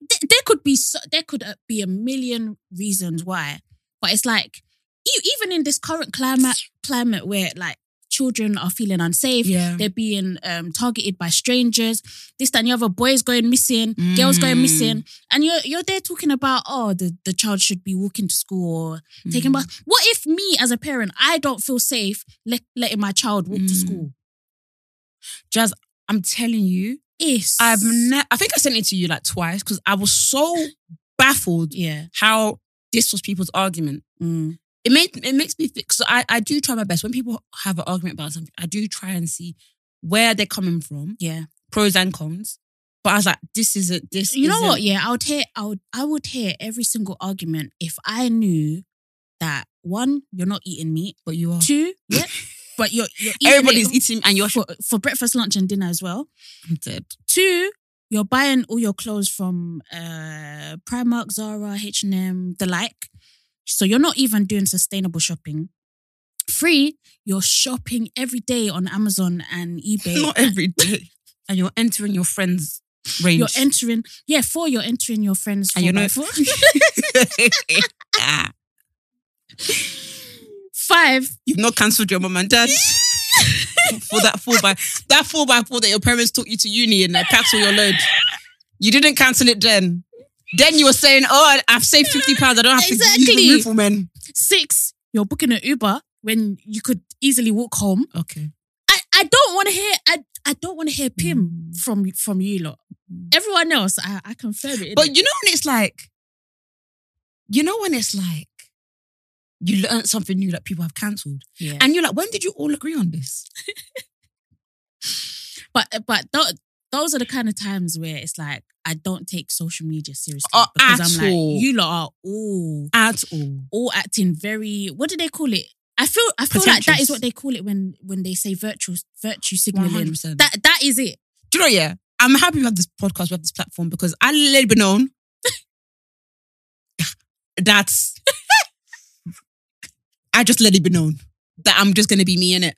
S1: Th- there could be so, there could uh, be a million reasons why, but it's like e- even in this current climate climate where like children are feeling unsafe,
S2: Yeah.
S1: they're being um, targeted by strangers. This that, and the other. Boys going missing, girls going
S2: Mm.
S1: missing, and you're you're there talking about oh the the child should be walking to school or
S2: Mm.
S1: taking bus. What if me as a parent I don't feel safe let, letting my child walk to
S2: Mm.
S1: school?
S2: Jazz, I'm telling you,
S1: is.
S2: I've ne- I think I sent it to you like twice because I was so baffled
S1: yeah.
S2: how this was people's argument.
S1: Mm.
S2: It made it makes me think so I, I do try my best when people have an argument about something, I do try and see where they're coming from,
S1: Yeah.
S2: pros and cons. But I was like, this isn't this
S1: You know
S2: isn't-
S1: what? Yeah, I would hear. I would. I would hear every single argument if I knew that one, you're not eating meat.
S2: But you are
S1: Two, yeah, but you're you're eating
S2: everybody's
S1: it
S2: Oh. eating and you're
S1: for, for breakfast, lunch, and dinner as well.
S2: I'm dead.
S1: Two, you're buying all your clothes from uh Primark, Zara, H and M, the like. So you're not even doing sustainable shopping. Three, you're shopping every day on Amazon and eBay.
S2: Not every day. and you're entering your friends range.
S1: You're entering, yeah. Four, you're entering your friends.
S2: and you're
S1: four by
S2: not
S1: four. Five,
S2: You've not cancelled your mum and dad. for that four by that four by four that your parents took you to uni and they packed all your load. You didn't cancel it then. Then you were saying, "Oh, I've saved fifty pounds. I don't have to
S1: Exactly.
S2: use removal men."
S1: Six, you're booking an Uber when you could easily walk home.
S2: Okay.
S1: I, I don't want to hear I, I don't want to hear Pim
S2: Mm.
S1: from from you lot. Everyone else, I, I confirm it.
S2: But you know when it's like, you know when it's like, you learn something new that people have cancelled,
S1: yeah.
S2: and you're like, "When did you all agree on this?"
S1: but but tho- those are the kind of times where it's like I don't take social media seriously
S2: Oh,
S1: because
S2: at
S1: I'm
S2: all.
S1: like you lot are all
S2: At all.
S1: all acting very what do they call it? I feel I feel like that
S2: Pretentious.
S1: is what they call it when when they say virtue virtue signaling.
S2: 100%.
S1: That that is it.
S2: Do you know, yeah, I'm happy we have this podcast, we have this platform because I let it be known that I just let it be known that I'm just going to be me in it.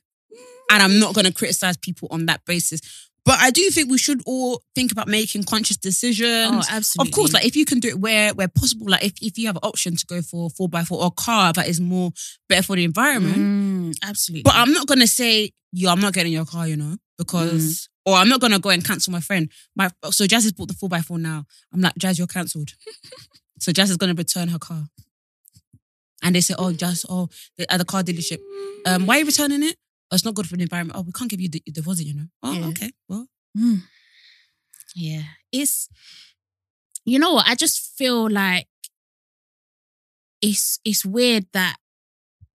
S2: And I'm not going to criticize people on that basis. But I do think we should all think about making conscious decisions.
S1: Oh, absolutely.
S2: Of course, like if you can do it where where possible, like if, if you have an option to go for four by four or a car that is more better for the environment,
S1: Mm, absolutely.
S2: but I'm not gonna say, yo, I'm not getting your car, you know,
S1: Mm.
S2: because or I'm not gonna go and cancel my friend. My so Jazz has bought the four by four now. I'm like, Jazz, you're cancelled. so Jazz is gonna return her car. And they say, Oh, Jazz, oh, the, at the car dealership, um, why are you returning it? Oh, it's not good for the environment. Oh, we can't give you the the deposit, you know. Oh,
S1: Yeah.
S2: okay. Well,
S1: Mm. Yeah. It's you know what, I just feel like it's it's weird that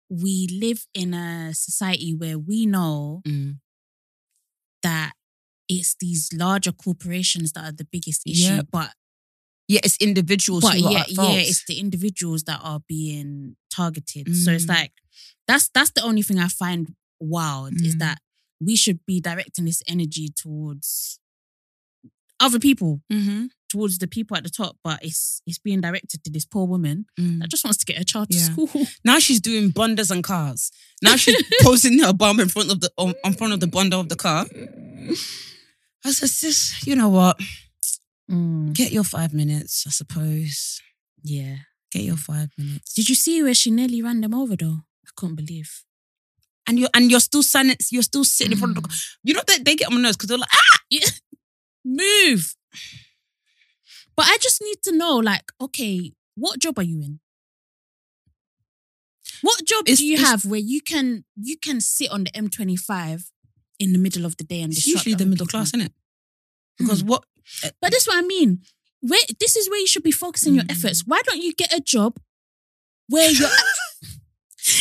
S1: we live in a society where we know that it's these larger corporations that are the biggest issue,
S2: Yep.
S1: but
S2: yeah, it's individuals
S1: but
S2: who are
S1: yeah,
S2: at fault.
S1: yeah, it's the individuals that are being targeted. So it's
S2: Mm.
S1: like that's that's the only thing I find wild is
S2: Mm.
S1: that we should be directing this energy towards other people
S2: Mhm.
S1: towards the people at the top, but it's it's being directed to this poor woman
S2: Mm.
S1: that just wants to get her child to
S2: Yeah.
S1: school.
S2: Now she's doing bondas and cars. Now she's posting her bum in front of the on, on front of the bundle of the car. I said, sis, you know what? Get your five minutes, I suppose.
S1: Yeah.
S2: Get your five minutes.
S1: Did you see where she nearly ran them over though? I couldn't believe.
S2: And you're and you're still standing, you're still sitting in front of the car. You know that they get on my nerves because they're like, ah,
S1: Move. But I just need to know, like, okay, what job are you in? What job
S2: It's-
S1: do you
S2: it's-
S1: have where you can you can sit on the M25 in the middle of the day and
S2: it's
S1: disrupt
S2: usually the
S1: other
S2: middle
S1: people? Mm-hmm.
S2: class, isn't it? Because what
S1: But that's what I mean. Where this is where you should be focusing
S2: Mm.
S1: your efforts. Why don't you get a job where you're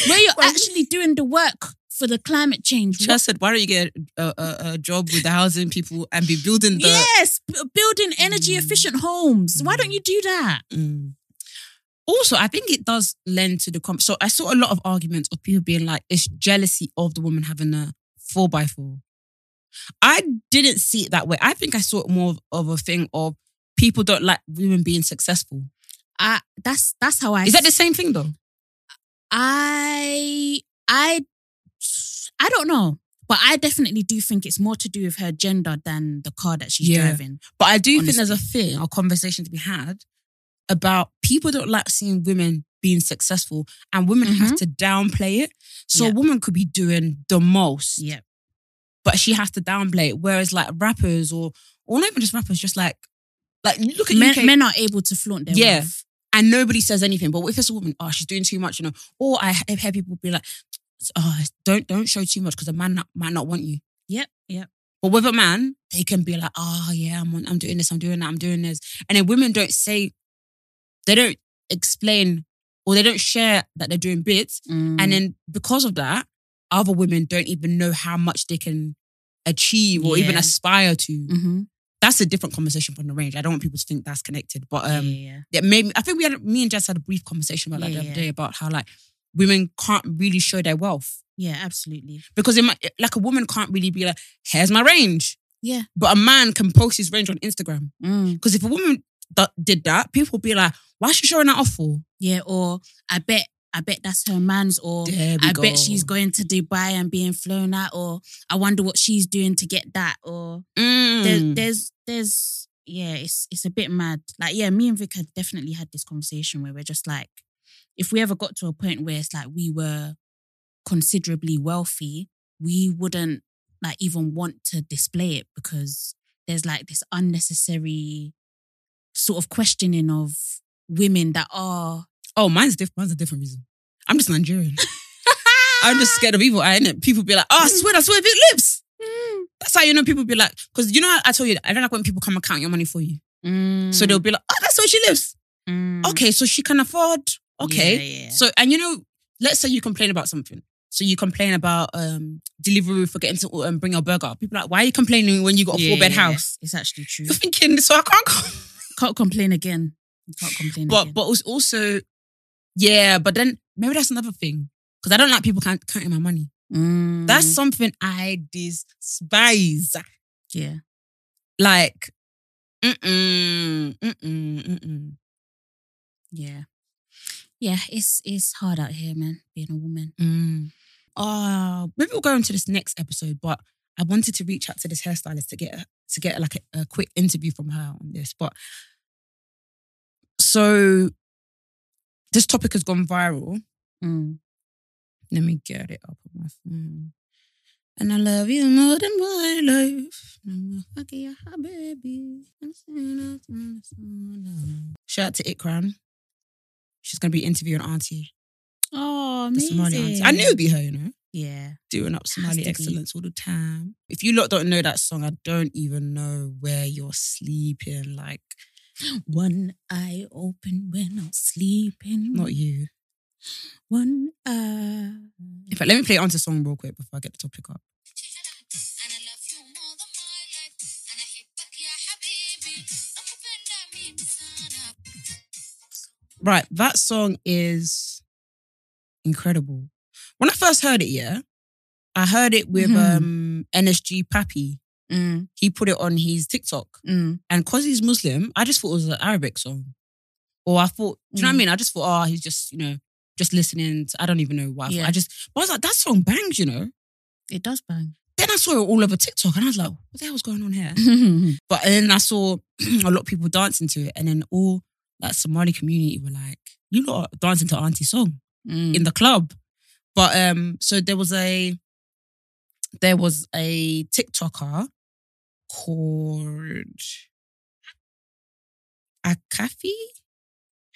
S1: where you're actually doing the work for the climate change? What-
S2: Chas said, why don't you get a, a, a job with the housing people and be building the
S1: yes, b- building energy efficient homes. Why don't you do that?
S2: Mm. Also, I think it does lend to the comp. So I saw a lot of arguments of people being like, it's jealousy of the woman having a four by four. I didn't see it that way. I think I saw it more of, of a thing of people don't like women being successful.
S1: I, that's that's how I.
S2: Is that the same thing though?
S1: I I I don't know, but I definitely do think it's more to do with her gender than the car that she's
S2: Yeah.
S1: driving.
S2: But I do think
S1: Honestly.
S2: there's a thing, a conversation to be had about people don't like seeing women being successful and women have to downplay it. So
S1: Mm-hmm. Yeah.
S2: a woman could be doing the most.
S1: Yeah,
S2: but she has to downplay it. Whereas like rappers or or not even just rappers, just like like you look at
S1: men,
S2: UK
S1: men are able to flaunt their
S2: Yeah.
S1: wealth.
S2: and nobody says anything. But if it's a woman, oh, she's doing too much, you know. Or I have heard people be like, oh, don't don't show too much because a man not, might not want you.
S1: Yep, yep.
S2: But with a man, they can be like, oh yeah, I'm on, I'm doing this, I'm doing that, I'm doing this. And then women don't say, they don't explain or they don't share that they're doing bits.
S1: Mm.
S2: And then because of that, other women don't even know how much they can achieve or even
S1: Yeah.
S2: aspire to.
S1: mm-hmm.
S2: That's a different conversation from the range. I don't want people to think that's connected. But um
S1: yeah,
S2: it made me, I think we had me and Jess had a brief conversation about that
S1: Yeah,
S2: the other
S1: yeah.
S2: day about how like women can't really show their wealth.
S1: yeah, absolutely.
S2: Because it might, like a woman can't really be like, here's my range.
S1: Yeah.
S2: But a man can post his range on Instagram.
S1: Mm.
S2: Because if a woman that did that, people would be like, why is she showing that off for?
S1: Yeah, or I bet, I bet that's her man's, or
S2: There we
S1: I
S2: go.
S1: bet she's going to Dubai and being flown out, or I wonder what she's doing to get that, or
S2: Mm.
S1: there, there's there's yeah, it's it's a bit mad. Like yeah, me and Vic had definitely had this conversation where we're just like, if we ever got to a point where it's like we were considerably wealthy, we wouldn't like even want to display it because there's like this unnecessary sort of questioning of women that are
S2: oh, mine's different. Mine's a different reason. I'm just Nigerian. I'm just scared of evil eye, innit? People be like, oh,
S1: Mm.
S2: I swear, I swear, big lips. That's how you know people be like, because you know, I- I told you, I don't like when people come and count your money for you.
S1: Mm,
S2: So they'll be like, oh, that's where she lives. okay, so she can afford. Okay.
S1: Yeah, yeah.
S2: So, and you know, let's say you complain about something. So you complain about um delivery forgetting to um, bring your burger. People are like, why are you complaining when you got a
S1: Yeah,
S2: four bed
S1: yeah,
S2: house?
S1: It's actually true.
S2: You're thinking, so I can't come.
S1: Can't complain again. Can't complain
S2: But
S1: again.
S2: but it's also, yeah. But then maybe that's another thing because I don't like people count, counting my money.
S1: Mm,
S2: That's something I despise.
S1: yeah.
S2: Like, mm-mm, mm-mm, mm-mm.
S1: Yeah. Yeah, it's it's hard out here, man, being a woman.
S2: Mm. Uh, maybe we'll go into this next episode, but I wanted to reach out to this hairstylist to get to get like a, a quick interview from her on this. But so this topic has gone viral.
S1: Mm.
S2: Let me get it up on my phone. And I love you more than my life. No fuck yeah, hi, baby. Shout out to Ikran. She's gonna be interviewing Auntie,
S1: Oh,
S2: the Somali Auntie. I knew it'd be her, you know
S1: Yeah.
S2: doing up
S1: to
S2: Somali
S1: be.
S2: excellence all the time. If you lot don't know that song, I don't even know where you're sleeping. Like,
S1: One eye open when I'm sleeping.
S2: not you.
S1: One eye.
S2: In fact, let me play onto song real quick before I get the topic up. Right, that song is incredible. When I first heard it, yeah, I heard it with
S1: Mhm.
S2: um NSG Pappy.
S1: Mm,
S2: He put it on his TikTok.
S1: mm,
S2: And because he's Muslim, I just thought it was an Arabic song. Or I thought, do you know what I
S1: Mm.
S2: mean? I just thought, oh, he's just, you know, just listening. To, I don't even know why. I thought-
S1: Yeah.
S2: I just, but I was like, that song bangs, you know?
S1: it does bang.
S2: Then I saw it all over TikTok and I was like, what the hell's going on here?
S1: Mm.
S2: But then I saw a lot of people dancing to it. And then all that Somali community were like, you lot are dancing to Auntie Song in the club. But um, so there was a there was a TikToker called Akafi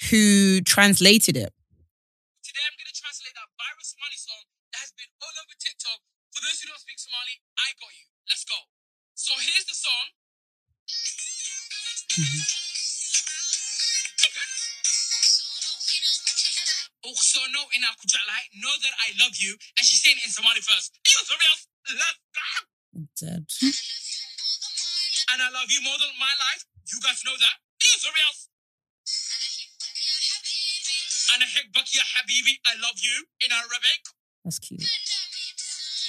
S2: who translated it. Today I'm gonna translate that viral Somali song that has been all over TikTok. For those who don't speak Somali, I got you. Let's go. So here's the song. Mm-hmm. Also know in our Kujalai, know that I love you, and she's saying it in Somali first. Are you serious? Love that. I'm dead. and I love you more than my life. You guys know that. Are you serious? And I hate Bucky, ya Habibi. I love you in Arabic. That's cute.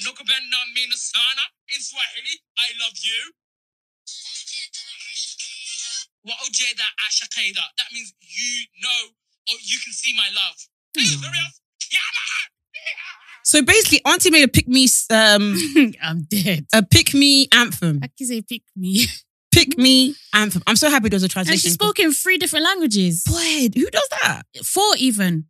S2: Nukubenna minasana in Swahili. I love you. Wa ujeda ashaqeda. That means you know or you can see my love. Are you serious? So basically, Auntie made a pick me, um,
S1: I'm dead.
S2: a pick me anthem.
S1: I can say pick me.
S2: Pick me anthem. I'm so happy there was a translation.
S1: And she spoke in three different languages.
S2: Boy, who does that?
S1: Four even.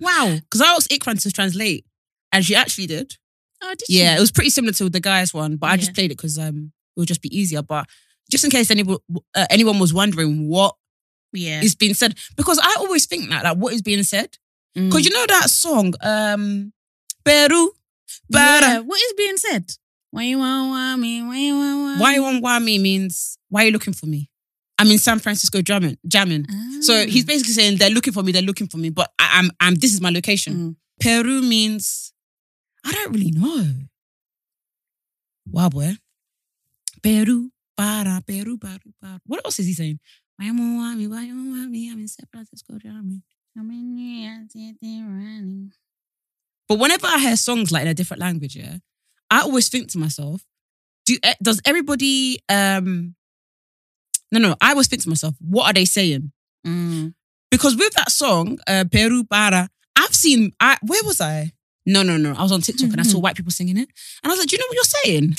S2: Wow. Because I asked Ikran to translate, and she actually did.
S1: Oh, did she?
S2: Yeah, it was pretty similar to the guys one, but I just
S1: Yeah.
S2: played it because um, it would just be easier. But just in case anyone uh, anyone was wondering what
S1: Yeah.
S2: is being said, because I always think that, like, what is being said?
S1: Mm.
S2: Because you know that song, um, Peru, Bara.
S1: Yeah, What is being said? Why you want want me? Why you want want
S2: Why
S1: me?
S2: you want why me means why are you looking for me? I'm in San Francisco jamming, jamming. So
S1: Ah.
S2: he's basically saying they're looking for me, they're looking for me, but I, I'm, I'm. This is my
S1: Mm.
S2: location. Peru means I don't really know. Wow, boy. Peru, para, Peru, para, para. What else is he saying? Why you want want me? Why you want want me? I'm in San Francisco jamming.
S1: How many years did they run?
S2: But whenever I hear songs like in a different language, yeah, I always think to myself, do eh, does everybody um no no, I always think to myself, what are they saying?
S1: Mm.
S2: Because with that song, uh, Peru Para, I've seen I where was I? No, no, no. I was on TikTok and I saw white people singing it. And I was like, do you know what you're saying?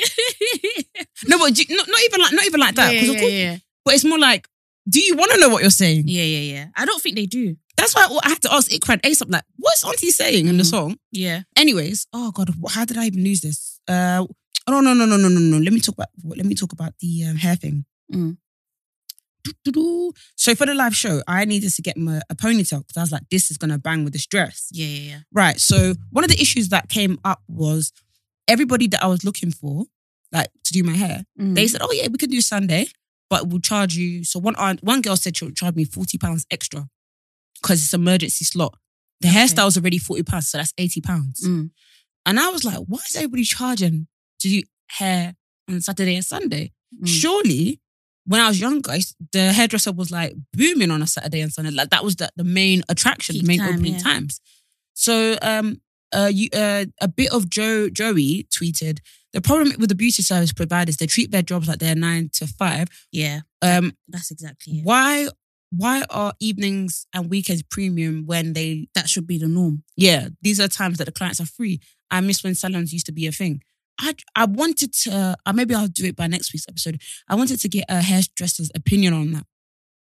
S2: no, but do you, not, not even like not even like that.
S1: yeah,
S2: 'cause of
S1: yeah,
S2: course-
S1: yeah.
S2: But it's more like, do you want to know what you're saying?
S1: yeah, yeah, yeah. I don't think they do.
S2: That's why I had to ask Ikran ASAP, like, what's Auntie saying in the
S1: Mhm.
S2: song?
S1: Yeah.
S2: Anyways, oh god, wh- how did I even lose this? Uh, oh no, no, no, no, no, no. Let me talk about let me talk about the um, hair thing.
S1: Mm.
S2: Doo-doo-doo. So for the live show, I needed to get my a ponytail because I was like, this is gonna bang with this dress,
S1: Yeah, yeah, yeah.
S2: right? So one of the issues that came up was everybody that I was looking for, like to do my hair,
S1: Mm.
S2: they said, oh yeah, we could do Sunday, but we'll charge you. So one aunt, one girl said she'll charge me forty pounds extra because it's emergency slot. The hairstyle's already forty pounds, so that's eighty pounds.
S1: Mm.
S2: And I was like, why is everybody charging to do hair on Saturday and Sunday?
S1: Mm.
S2: Surely, when I was younger, I used- the hairdresser was like booming on a Saturday and Sunday. Like that was the, the main attraction, the
S1: Peak
S2: main
S1: time,
S2: opening
S1: yeah.
S2: times. So um uh, you, uh, a bit of Joe Joey tweeted the problem with the beauty service providers they treat their jobs like they're nine to five.
S1: Yeah,
S2: Um,
S1: that's exactly it.
S2: why why are evenings and weekends premium when they
S1: That should be the norm.
S2: yeah, these are times that the clients are free. I miss when salons used to be a thing. I I wanted to, uh, maybe I'll do it by next week's episode. I wanted to get a hairdresser's opinion on that.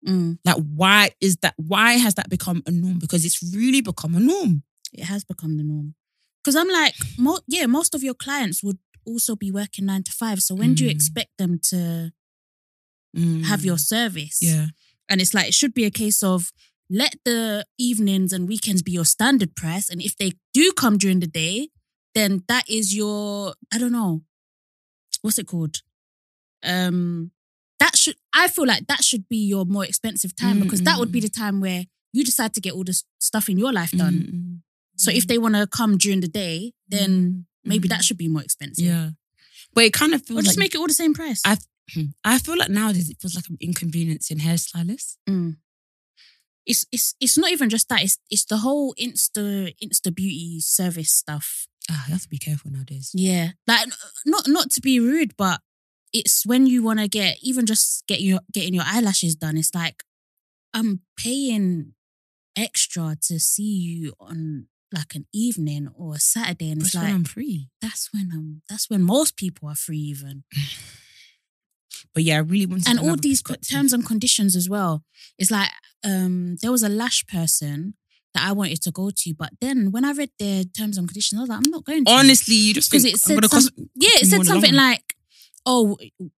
S1: Mm.
S2: Like, why is that? Why has that become a norm? Because it's really become a norm.
S1: It has become the norm. Because I'm like, mo- yeah, most of your clients would also be working nine to five. So when do you
S2: Mm.
S1: expect them to have your service?
S2: yeah,
S1: And it's like, it should be a case of let the evenings and weekends be your standard price. And if they do come during the day, then that is your, I don't know, what's it called? Um, that should, I feel like that should be your more expensive time because that would be
S2: Mm-hmm.
S1: the time where you decide to get all this stuff in your life done.
S2: done.
S1: So if
S2: Mm-hmm.
S1: they want to come during the day, then maybe that should be more expensive.
S2: Mm-hmm. yeah, but it kind of feels
S1: Or just
S2: like
S1: make it all the same price.
S2: I- I feel like nowadays it feels like I'm inconveniencing hairstylists.
S1: Mm. It's it's it's not even just that. It's it's the whole Insta Insta beauty service stuff.
S2: Ah, you have to be careful nowadays.
S1: Yeah, like n- not not to be rude, but it's when you want to get even just get your getting your eyelashes done. It's like I'm paying extra to see you on like an evening or a Saturday, and it's
S2: That's
S1: like
S2: when I'm free.
S1: that's when I'm that's when most people are free even.
S2: But yeah, I really want.
S1: and all these co- terms and conditions as well. It's like um, there was a lash person that I wanted to go to, but then when I read their terms and conditions, I was like, I'm not going to
S2: Honestly, you just
S1: because
S2: think
S1: Mm-hmm. it
S2: I'm
S1: said
S2: gonna cost
S1: some- yeah, it said
S2: more
S1: something
S2: long.
S1: like, oh,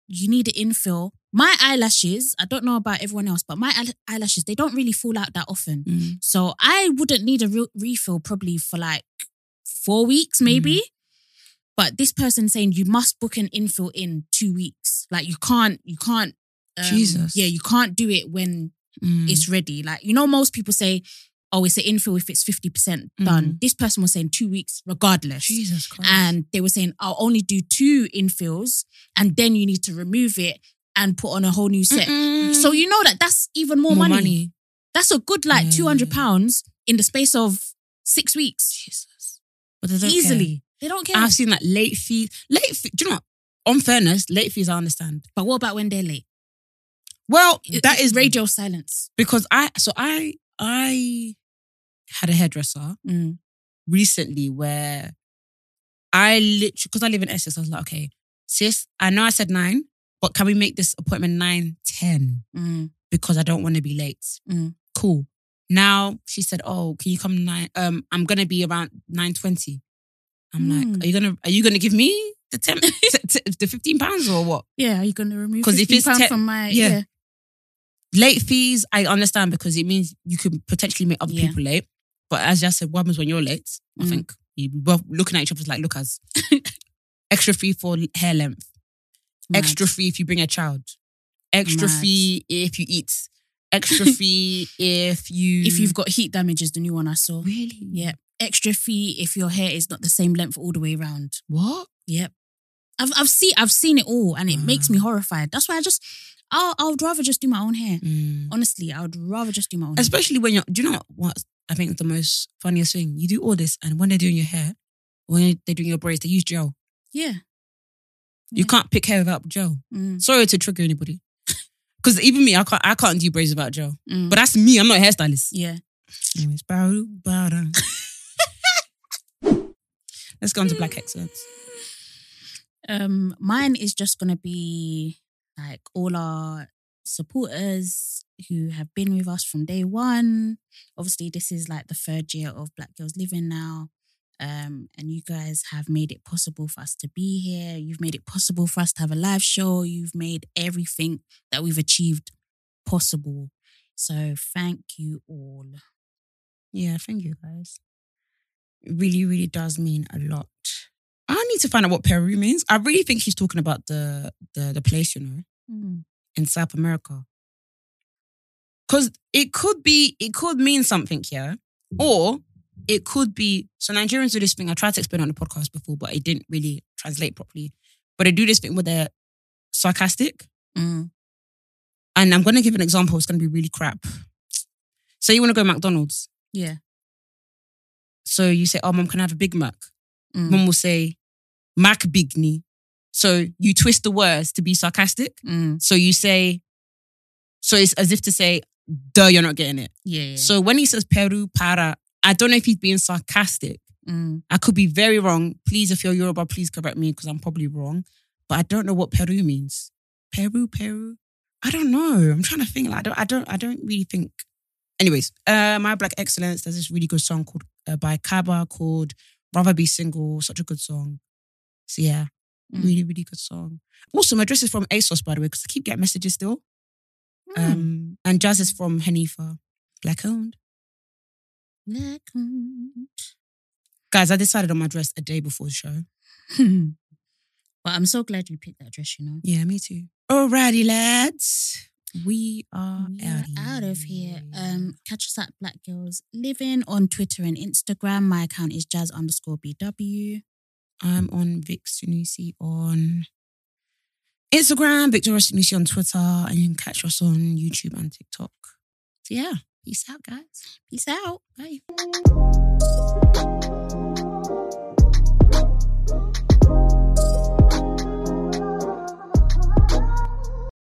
S1: you need an infill. My eyelashes, I don't know about everyone else, but my eyel- eyelashes they don't really fall out that often,
S2: Mm.
S1: so I wouldn't need a re- refill probably for like four weeks, maybe.
S2: Mm-hmm.
S1: But this person saying you must book an infill in two weeks, like you can't, you can't. um,
S2: Jesus.
S1: yeah, you can't do it when
S2: Mm.
S1: it's ready. Like you know, most people say, "Oh, it's an infill if it's fifty percent done." This person was saying two weeks, regardless.
S2: Mm-hmm. Jesus Christ.
S1: And they were saying, I'll only do two infills and then you need to remove it and put on a whole new set.
S2: Mm-mm.
S1: So you know that that's even more, money. That's a good like
S2: Yeah.
S1: £200 in the space of six weeks.
S2: Jesus. But they don't
S1: Easily.
S2: care.
S1: They don't care.
S2: I've seen like late fees. Late fees. Do you know? What? On fairness, late fees I understand.
S1: but what about when they're late?
S2: Well,
S1: It-
S2: that
S1: it's
S2: is radio
S1: radio silence.
S2: because I. So I I had a hairdresser
S1: Mm.
S2: recently where I literally because I live in Essex. I was like, okay, sis, I know I said nine, but can we make this appointment nine ten?
S1: Mm.
S2: because I don't want to be late.
S1: Mm.
S2: Cool. Now she said, "Oh, can you come nine? Um, I'm gonna be around nine twenty. I'm
S1: Mm.
S2: like, are you gonna are you gonna give me the ten, t- t- the fifteen pounds or what?
S1: Yeah, are you going to remove
S2: 'Cause if
S1: £15
S2: it's te-
S1: from my.
S2: yeah. Late fees, I understand because it means you could potentially make other
S1: Yeah.
S2: people late. But as I said, what happens when you're late? I
S1: Mm.
S2: think you- we're looking at each other like lookers. Extra fee for hair length.
S1: Mad.
S2: Extra fee if you bring a child. Extra
S1: Mad.
S2: fee if you eat. Extra fee if you
S1: If you've got heat damage, is the new one I saw. Really? Yeah. Extra fee if your hair is not the same length all the way around.
S2: what?
S1: Yep. I've I've seen I've seen it all, and it makes me horrified. That's why I just I'll I'd rather just do my own hair.
S2: Mm.
S1: Honestly, I would rather just do my
S2: Mm-hmm.
S1: own. hair.
S2: Especially when you're do you know what I think is the most funniest thing? You do all this and when they're doing your hair, when they're doing your braids, they use gel.
S1: Yeah.
S2: You
S1: Yeah.
S2: can't pick hair without gel.
S1: Mm,
S2: Sorry to trigger anybody. Cause even me, I can't I can't do braids without gel.
S1: mm.
S2: But that's me, I'm not a hairstylist.
S1: yeah.
S2: Anyways, bow, bow down. Let's go on to black excellence.
S1: Um, mine is just gonna be like all our supporters who have been with us from day one. Obviously, this is like the third year of Black Girls Living now. Um, and you guys have made it possible for us to be here. You've made it possible for us to have a live show. You've made everything that we've achieved possible. So thank you all.
S2: Yeah, thank you guys. It really, really does mean a lot. I need to find out what Peru means. I really think he's talking about the the, the place, you know, in South America. Cause it could be, it could mean something, yeah. Or it could be so Nigerians do this thing. I tried to explain it on the podcast before, but it didn't really translate properly. But they do this thing where they're sarcastic.
S1: Mm.
S2: And I'm going to give an example. It's going to be really crap. So you want to go McDonald's.
S1: Yeah.
S2: So you say, oh, mom, can I have a Big Mac?
S1: Mm.
S2: Mom will say, Mac Bigny. So you twist the words to be sarcastic.
S1: Mm.
S2: So you say, so it's as if to say, duh, you're not getting it.
S1: Yeah. yeah.
S2: So when he says Peru, para, I don't know if he's being sarcastic.
S1: Mm.
S2: I could be very wrong. Please, if you're Yoruba, please correct me because I'm probably wrong. But I don't know what Peru means. Peru, Peru. I don't know. I'm trying to think. Like, I don't. I don't. I don't really think. Anyways, uh, my black excellence. There's this really good song called uh, by Kaba called "Rather Be Single." Such a good song. So yeah,
S1: Mm.
S2: really, really good song. Also, my dress is from ASOS by the way because I keep getting messages still. Um, and jazz is from Hanifa, black owned.
S1: Black. mm.
S2: Guys, I decided on my dress a day before the show.
S1: but I'm so glad you picked that dress, you know.
S2: Yeah, me too. Alrighty, lads. We are,
S1: We
S2: out,
S1: are out of here. Um, catch us at Black Girls Living on Twitter and Instagram. My account is jazz underscore BW.
S2: I'm on Vic Sunusi on Instagram, Victoria Sunusi on Twitter, and you can catch us on YouTube and TikTok. So yeah, peace out, guys.
S1: Peace out.
S2: Bye.